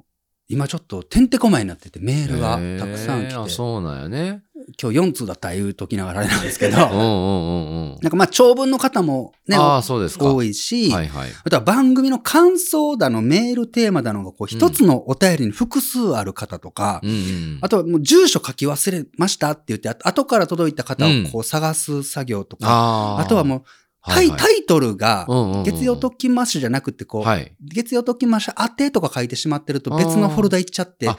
Speaker 1: 今ちょっとてんてこまいになっててメールがたくさん来
Speaker 2: へ
Speaker 1: て、
Speaker 2: ー
Speaker 1: 今
Speaker 2: あ
Speaker 1: 日
Speaker 2: そうなんよね。
Speaker 1: 4通だったら言うときながらあれなんですけど、
Speaker 2: うんう
Speaker 1: なん
Speaker 2: うんうん。
Speaker 1: んかまあ長文の方もね、
Speaker 2: ああ、そうですか。
Speaker 1: 多いし、
Speaker 2: はいはい。
Speaker 1: あとは番組の感想だの、メールテーマだのが、こう、一つのお便りに複数ある方とか、
Speaker 2: うんうん。
Speaker 1: あとはもう住所書き忘れましたって言って、あ後から届いた方を
Speaker 2: うん
Speaker 1: こう探す作業とか、
Speaker 2: あ
Speaker 1: あとはもうタイ、タイトルが、月曜
Speaker 2: と
Speaker 1: 特勤マッシュじゃなくて、こう、
Speaker 2: はい。
Speaker 1: 月曜特勤マッシュ当てとか書いてしまってると別のフォルダ行っちゃって
Speaker 2: あ、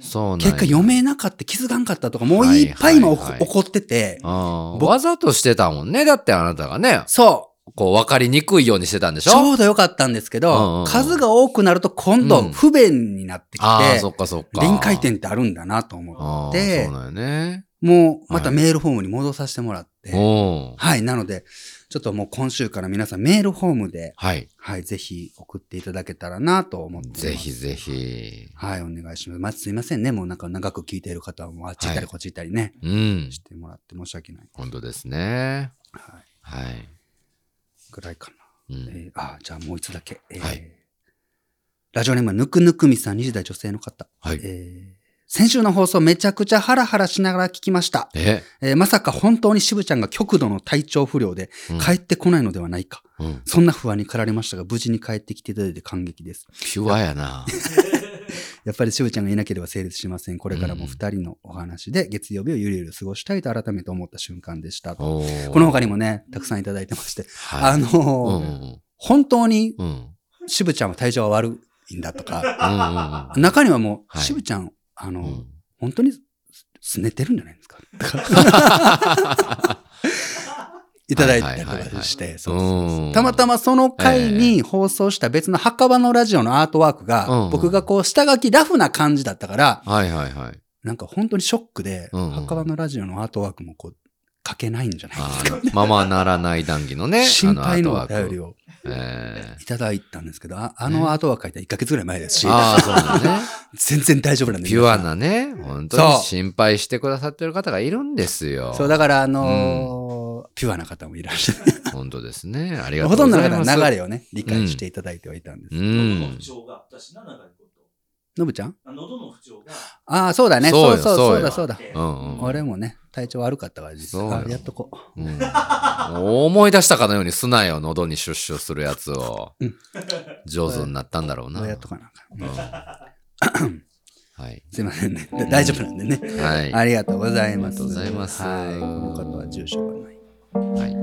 Speaker 2: そうなんや
Speaker 1: 結果読めなかった、気づかんかったとか、もう
Speaker 2: はい
Speaker 1: いっぱい今
Speaker 2: はい
Speaker 1: 起こ
Speaker 2: はい
Speaker 1: 起こってて、
Speaker 2: あー
Speaker 1: 僕
Speaker 2: わざとしてたもんね。だってあなたがね、
Speaker 1: そう、
Speaker 2: こう分かりにくいようにしてたんでし
Speaker 1: ち
Speaker 2: ょ
Speaker 1: ょうど良かったんですけ
Speaker 2: うんうんう
Speaker 1: ど、
Speaker 2: ん
Speaker 1: 数が多くなると今
Speaker 2: う
Speaker 1: 度
Speaker 2: ん
Speaker 1: 不便になってき
Speaker 2: ああ、そ
Speaker 1: て、
Speaker 2: っかそっか。
Speaker 1: 臨界点ってあるんだなと思
Speaker 2: あ
Speaker 1: っ
Speaker 2: あ、
Speaker 1: て
Speaker 2: そう、なんよね。
Speaker 1: もうまたメールフォームに戻させてもらって、
Speaker 2: おー
Speaker 1: はい、なので、ちょっともう今週から皆さんメールフォームで、
Speaker 2: はい。
Speaker 1: はい、ぜひ送っていただけたらなと思ってます。
Speaker 2: ぜひぜ。ひ。
Speaker 1: はい、お願いします。まあ、すいませんね。もうなんか長く聞いている方はもうあっち行ったりこっち行ったりね、
Speaker 2: うん。
Speaker 1: してもらって申し訳ない。
Speaker 2: 本当ですね。
Speaker 1: はい、
Speaker 2: はい。
Speaker 1: ぐらいかな。
Speaker 2: うん。
Speaker 1: えーあ、じゃあもう一つだけ。えー
Speaker 2: はい
Speaker 1: ラジオネーム、ぬくぬくみさん、20代女性の方。
Speaker 2: はい。
Speaker 1: えー先週の放送めちゃくちゃハラハラしながら聞きました。
Speaker 2: え、
Speaker 1: えーまさか本当に渋ちゃんが極度の体調不良で
Speaker 2: うん
Speaker 1: 帰ってこないのではないか。
Speaker 2: うん
Speaker 1: そんな不安に駆られましたが、無事に帰ってきていただいて感激です。
Speaker 2: ピュア やな。
Speaker 1: やっぱり渋ちゃんがいなければ成立しません。これからも二人のお話で月曜日をゆるゆる過ごしたいと改めて思った瞬間でした。こ
Speaker 2: おー
Speaker 1: の他にもね、たくさんいただいてまして。
Speaker 2: は
Speaker 1: あ
Speaker 2: い
Speaker 1: のー
Speaker 2: うんうん
Speaker 1: 本当に
Speaker 2: うん。うん
Speaker 1: 渋ちゃんは体調が悪いんだと か、
Speaker 2: うんうんうん
Speaker 1: 中にはもう、
Speaker 2: はい
Speaker 1: 渋ちゃん、あの、
Speaker 2: うん
Speaker 1: 本当にすすねてるんじゃないですか とかいただいたりとかして、そうそう
Speaker 2: うん
Speaker 1: たまたまその回に放送した別の墓場のラジオのアートワーク
Speaker 2: うんう
Speaker 1: が
Speaker 2: ん、
Speaker 1: 僕がこう下書きラフな感じだったから、
Speaker 2: はいはいはい。
Speaker 1: なんか本当にショックで、
Speaker 2: うんうん
Speaker 1: 墓場のラジオのアートワークもこう、書けないんじゃないです
Speaker 2: あ
Speaker 1: か。
Speaker 2: のままならない談義のね。
Speaker 1: 心配のお
Speaker 2: あ後
Speaker 1: 便
Speaker 2: 枠
Speaker 1: りを
Speaker 2: え
Speaker 1: いただいたんですけど、ああのアートワーク書いたら1ヶ月ぐらい前ですし
Speaker 2: え、ああ、そう だね。
Speaker 1: 全然大丈夫なんで。
Speaker 2: ピュアなね、本当
Speaker 1: そ
Speaker 2: に
Speaker 1: う
Speaker 2: 心配してくださってる方がいるんですよ。
Speaker 1: そう、だから、あのーピュアな方もいらっしゃる。
Speaker 2: 本当ですね。ありがと
Speaker 1: ほ
Speaker 2: うご
Speaker 1: とんど
Speaker 2: ざ
Speaker 1: の
Speaker 2: い
Speaker 1: 方
Speaker 2: ます。
Speaker 1: は流れをね、理解していただいてはいたんです。
Speaker 2: うん。
Speaker 3: 調があったしな、長いこと。
Speaker 1: のぶちゃん
Speaker 3: あ喉の不調が。
Speaker 1: ああ、そうだね。
Speaker 2: そ
Speaker 1: そう
Speaker 2: うよ
Speaker 1: そう、
Speaker 2: そ
Speaker 1: そうう
Speaker 2: よ
Speaker 1: だ、そうだ。
Speaker 2: うんうん
Speaker 1: 俺もね、体調悪かったから、実
Speaker 2: そうよ
Speaker 1: は。あやっとこう。
Speaker 2: うん思い出したかのようにすなよ、喉にシュッシュするやつを
Speaker 1: うん。
Speaker 2: 上手になったんだろうな。
Speaker 1: やっとかなあかん。
Speaker 2: うん はい。
Speaker 1: すいませんね。大丈夫なんでね。
Speaker 2: はい。
Speaker 1: ありがとうございます。
Speaker 2: ありがとうございます
Speaker 1: はい。この方は住所がない。
Speaker 2: はい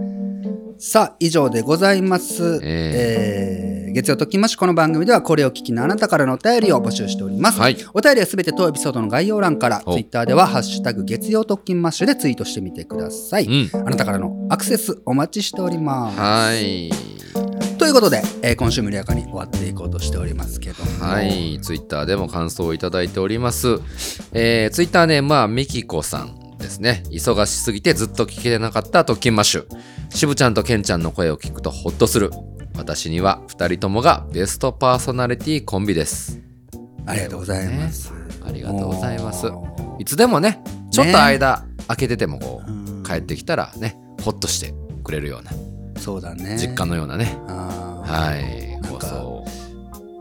Speaker 1: さあ、以上でございます。
Speaker 2: え
Speaker 1: えー月曜ときましこの番組ではこれを聞きのあなたからのお便りを募集しております。
Speaker 2: はい
Speaker 1: お便りはすべて当エピソードの概要欄から、
Speaker 2: お
Speaker 1: ツイッターではハッシュタグ月曜特勤マッシュでツイートしてみてください。
Speaker 2: うん。
Speaker 1: あなたからのアクセスお待ちしております。
Speaker 2: はい。
Speaker 1: ということで、えー今週も緩やかに終わっていこうとしておりますけども。
Speaker 2: はい、ツイッターでも感想をいただいております。えー、ツイッターネームはみきこさんですね。忙しすぎてずっと聞けてなかった特勤マッシュ。しぶちゃんとけんちゃんの声を聞くとほっとする。私には二人ともがベストパーソナリティコンビです。
Speaker 1: ありがとうございます。
Speaker 2: あありがとうございます
Speaker 1: お
Speaker 2: いつでもねちょっと間空けててもこう、
Speaker 1: ー
Speaker 2: 帰ってきたらねほっとしてくれるような
Speaker 1: そうだね。
Speaker 2: 実感のようなね、
Speaker 1: あー
Speaker 2: はい
Speaker 1: なん
Speaker 2: 放
Speaker 1: か
Speaker 2: 送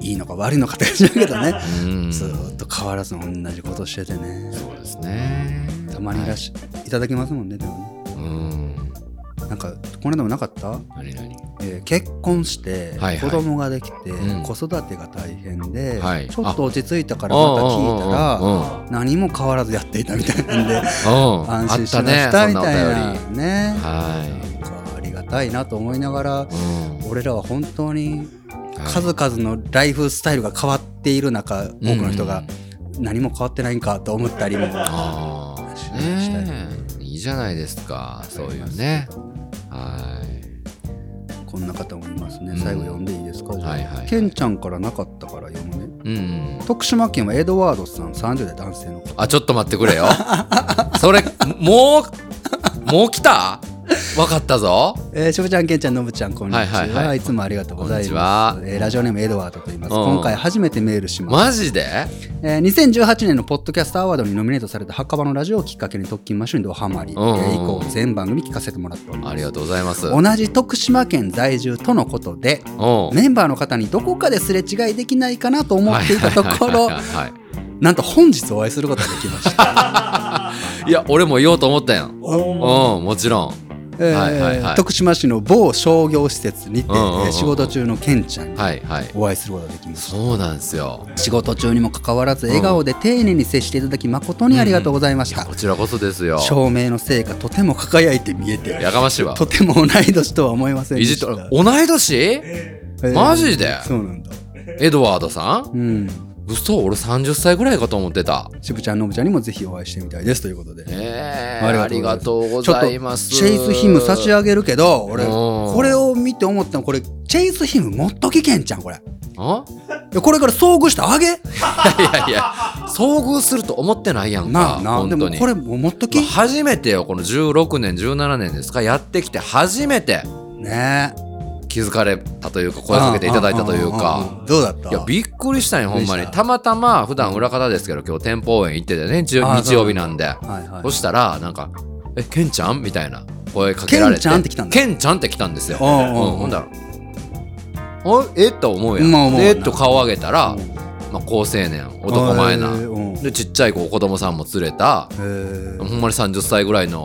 Speaker 1: いいのか悪いのかって感じだけどね。
Speaker 2: うん
Speaker 1: ず
Speaker 2: そう
Speaker 1: ーっと変わらず同じことしててね。
Speaker 2: ですね
Speaker 1: たまにいらっしゃ、い、ただきますもんね、でも
Speaker 2: はい、うん
Speaker 1: ね。なんか、この間もなかった、
Speaker 2: 何何
Speaker 1: えー結婚して、
Speaker 2: はいは
Speaker 1: 子
Speaker 2: い
Speaker 1: 供ができて、
Speaker 2: うん
Speaker 1: 子育てが大変で、
Speaker 2: はい
Speaker 1: ちょっと落ち着いたからまた聞いたら、
Speaker 2: うんうんうんうん
Speaker 1: 何も変わらずやっていたみたいなんで、
Speaker 2: うん
Speaker 1: 安
Speaker 2: あ
Speaker 1: 心
Speaker 2: っ
Speaker 1: しま
Speaker 2: たね
Speaker 1: し
Speaker 2: そ
Speaker 1: た
Speaker 2: ん
Speaker 1: み
Speaker 2: なお
Speaker 1: たいな。
Speaker 2: 便
Speaker 1: ね
Speaker 2: り。は
Speaker 1: なんかありがたいなと思いながら
Speaker 2: い、うん
Speaker 1: 俺らは本当に
Speaker 2: はい
Speaker 1: 数々のライフスタイルが変わっている中、多くの人
Speaker 2: う
Speaker 1: が
Speaker 2: ん
Speaker 1: 何も変わってないんかと思ったりも。
Speaker 2: ああ、ねえ、いいじゃないですか、そういうね。はい。
Speaker 1: こんな方もいますね。
Speaker 2: うん
Speaker 1: 最後読んでいいですか、じゃあ
Speaker 2: はいはいはい
Speaker 1: ケンちゃんからなかったから読むね。
Speaker 2: うん。
Speaker 1: 徳島県はエドワードさん、30代男性の方。
Speaker 2: あ、ちょっと待ってくれよ。 それ、もう、もう来たわかったぞ。
Speaker 1: えー、しょぶちゃん、ケンちゃん、のぶちゃん、こんにちは,、
Speaker 2: はいいはいはい
Speaker 1: つもありがとうござい
Speaker 2: こ
Speaker 1: ま
Speaker 2: ん
Speaker 1: す。えーラジオネームエドワードと言います。
Speaker 2: うん
Speaker 1: 今回初めてメールします。
Speaker 2: マジで
Speaker 1: えー2018年のポッドキャストアワードにノミネートされた墓場のラジオをきっかけに特勤マッシュにドハマり、
Speaker 2: うんうんうん
Speaker 1: えー以降全番組聞かせてもらっております
Speaker 2: ありがとうございます。
Speaker 1: 同じ徳島県在住とのことで
Speaker 2: お
Speaker 1: メンバーの方にどこかですれ違いできないかなと思っていたところ
Speaker 2: はいはいはいはい
Speaker 1: なんと本日お会いすることができました、
Speaker 2: はいいや、俺も言おうと思ったやん。うん、もちろん。
Speaker 1: えー
Speaker 2: はいはいはい
Speaker 1: 徳島市の某商業施設にて、
Speaker 2: うんうんうんうん
Speaker 1: えー仕事中のケンちゃんに
Speaker 2: はいはい。
Speaker 1: お会いすることができました
Speaker 2: そうなんですよ。
Speaker 1: 仕事中にもかかわらず笑顔で丁寧に接していただき誠にありがとうございました、
Speaker 2: こちらこそですよ。
Speaker 1: 照明のせいかとても輝いて見えて
Speaker 2: やかましいわ。
Speaker 1: とても同い年とは思いませんで
Speaker 2: いじ
Speaker 1: し
Speaker 2: ったと、同い年
Speaker 1: えー
Speaker 2: マジで
Speaker 1: そうなんだ
Speaker 2: エドワードさん
Speaker 1: うん
Speaker 2: 嘘俺30歳ぐらいかと思ってた。
Speaker 1: しぶちゃんのぶちゃんにもぜひお会いしてみたいですということで
Speaker 2: ええ
Speaker 1: あ
Speaker 2: あ
Speaker 1: り
Speaker 2: り
Speaker 1: が
Speaker 2: が
Speaker 1: と
Speaker 2: とうご
Speaker 1: ちょっ
Speaker 2: ざ
Speaker 1: と
Speaker 2: います。
Speaker 1: チェイスヒム差し上げるけど俺
Speaker 2: うん
Speaker 1: これを見て思ったのこれチェイスヒムもっと危険ちゃんこれい
Speaker 2: あ
Speaker 1: やこれから遭遇したあげ
Speaker 2: いやいや、遭遇すると思ってないやん
Speaker 1: な
Speaker 2: か
Speaker 1: あ。なあ
Speaker 2: 本
Speaker 1: で
Speaker 2: 当
Speaker 1: も
Speaker 2: に。
Speaker 1: これもう持っとき
Speaker 2: まあ初めてよ、この16年、17年ですか、やってきて初めて
Speaker 1: ねえ
Speaker 2: 気づかれたというか、声かけていただいたとい
Speaker 1: うん
Speaker 2: う
Speaker 1: うんうん
Speaker 2: か。
Speaker 1: うんどうだった
Speaker 2: いや、びっくりしたね、ほんま
Speaker 1: びっくり
Speaker 2: に。
Speaker 1: した
Speaker 2: たまたま、普段裏方ですけど、今日店舗応援行っててね、日
Speaker 1: あ
Speaker 2: 日曜日なんで。
Speaker 1: はいはい
Speaker 2: そしたら、なんか、え、ケンちゃんみたいな声かけられ
Speaker 1: ケ
Speaker 2: て。
Speaker 1: ンちゃんって来たんだ
Speaker 2: ケンちゃんって来たんですよ。
Speaker 1: うんうんうん
Speaker 2: ほんだら、おえっと思うやん。
Speaker 1: まあ思うな
Speaker 2: でえっと顔上げたら、
Speaker 1: うん
Speaker 2: まあ、高青年、男前な
Speaker 1: え。ーうん
Speaker 2: で、ちっちゃい子、子供さんも連れた、
Speaker 1: えー
Speaker 2: ほんまに30歳ぐらいうの
Speaker 1: ん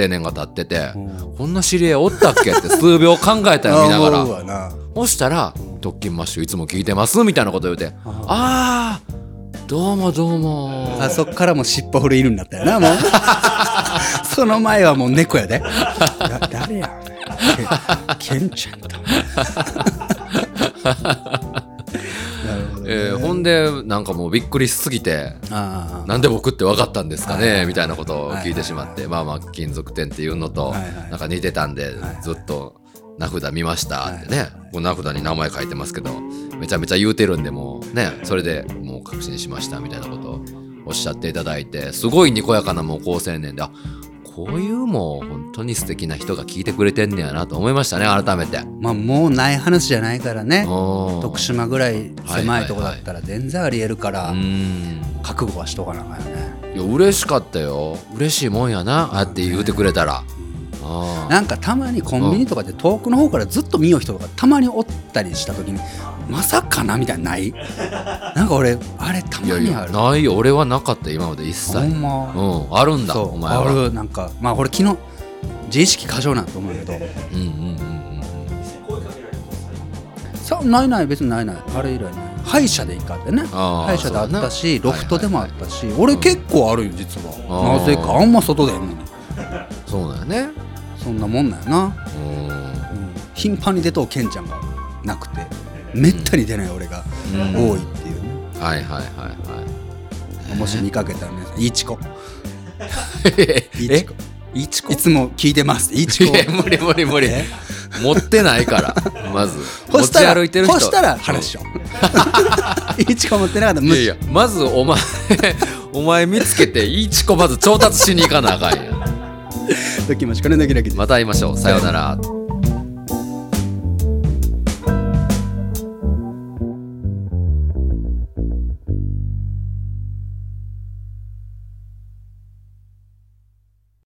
Speaker 2: 青年が立ってて、
Speaker 1: うん
Speaker 2: こんな知り合いおったっけって数秒考えたよ、見なが
Speaker 1: あ
Speaker 2: ら
Speaker 1: 思う。わな
Speaker 2: そしたら「特勤マッシュいつも聞いてます」みたいなこと言うて「あーどうもどうも」
Speaker 1: あそっからもう尻尾振る犬になったよ なもうその前はもう猫やでだ誰やケンケンちゃん となるほどね、
Speaker 2: えーほんでなんかもうびっくりしすぎて
Speaker 1: ああ
Speaker 2: なんで僕って分かったんですか
Speaker 1: はいはいは
Speaker 2: ね
Speaker 1: い
Speaker 2: みたいなことを聞いてしまって、まあまあ、金属店っていうのと
Speaker 1: はいはい、
Speaker 2: なんか似てたんで
Speaker 1: はいはい、
Speaker 2: ずっと名札見ましたっ
Speaker 1: は
Speaker 2: て
Speaker 1: い
Speaker 2: ね
Speaker 1: はい、
Speaker 2: こう名札に名前書いてますけど、めちゃめちゃ言うてるんで、もうね、それでもう確信しましたみたいなことをおっしゃっていただいて、すごいにこやかなもう高青年で、あこういうもう本当に素敵な人が聞いてくれてんねやなと思いましたね、改めて。
Speaker 1: まあもうない話じゃないからね
Speaker 2: 徳
Speaker 1: 徳島ぐらい狭いとこだったら全然ありえるから、
Speaker 2: うん
Speaker 1: 覚悟はしとかなあかんよね
Speaker 2: いや嬉しかったよ嬉しいもんやなああやって言うてくれたら、あ
Speaker 1: なんかたまにコンビニとかで遠くの方からずっと見よう人とかたまにおったりした時にまさかなみたいなの ないなんか俺あれた
Speaker 2: い
Speaker 1: ま
Speaker 2: やい
Speaker 1: にあ
Speaker 2: や
Speaker 1: る
Speaker 2: ないよ俺はなかった今まで一切
Speaker 1: ほ
Speaker 2: うん
Speaker 1: ま、
Speaker 2: んあるんだ
Speaker 1: そう
Speaker 2: お前は
Speaker 1: あるなんかまあ俺昨日自意識過剰なんと思うんやけど
Speaker 2: うんうんうんうん
Speaker 1: そうないない別にないないあれ以来ない歯医者で行かってね
Speaker 2: あー
Speaker 1: 歯医者であったし
Speaker 2: そ
Speaker 1: ロ
Speaker 2: うだな
Speaker 1: フトでもあったし、
Speaker 2: い
Speaker 1: 俺結構あるよ実は
Speaker 2: あー
Speaker 1: なぜかあんま外でへんのに
Speaker 2: そうだよね
Speaker 1: そんなもんなんやな、
Speaker 2: うん
Speaker 1: うん頻繁に出とうケンちゃんがなくてめったに出ない俺が
Speaker 2: うん
Speaker 1: 多いっていうね、
Speaker 2: はいはいは
Speaker 1: もし見かけたら皆さん、いち こ、
Speaker 2: いはい
Speaker 1: いちこ、
Speaker 2: いちこ
Speaker 1: いつも聞いてます、いち
Speaker 2: い
Speaker 1: こ。
Speaker 2: や無理無理無理
Speaker 1: え
Speaker 2: 持ってな いからまず
Speaker 1: ほした
Speaker 2: 持
Speaker 1: ら、
Speaker 2: ち歩いてる人
Speaker 1: ほしたら話しよ う。 いちこ持ってなかったら
Speaker 2: い
Speaker 1: 無
Speaker 2: やい
Speaker 1: 視。
Speaker 2: やまずお前 お前見つけていちこまず調達しに行かなあかんやん
Speaker 1: ドキマシこれドキドキです
Speaker 2: また会いましょうさようなら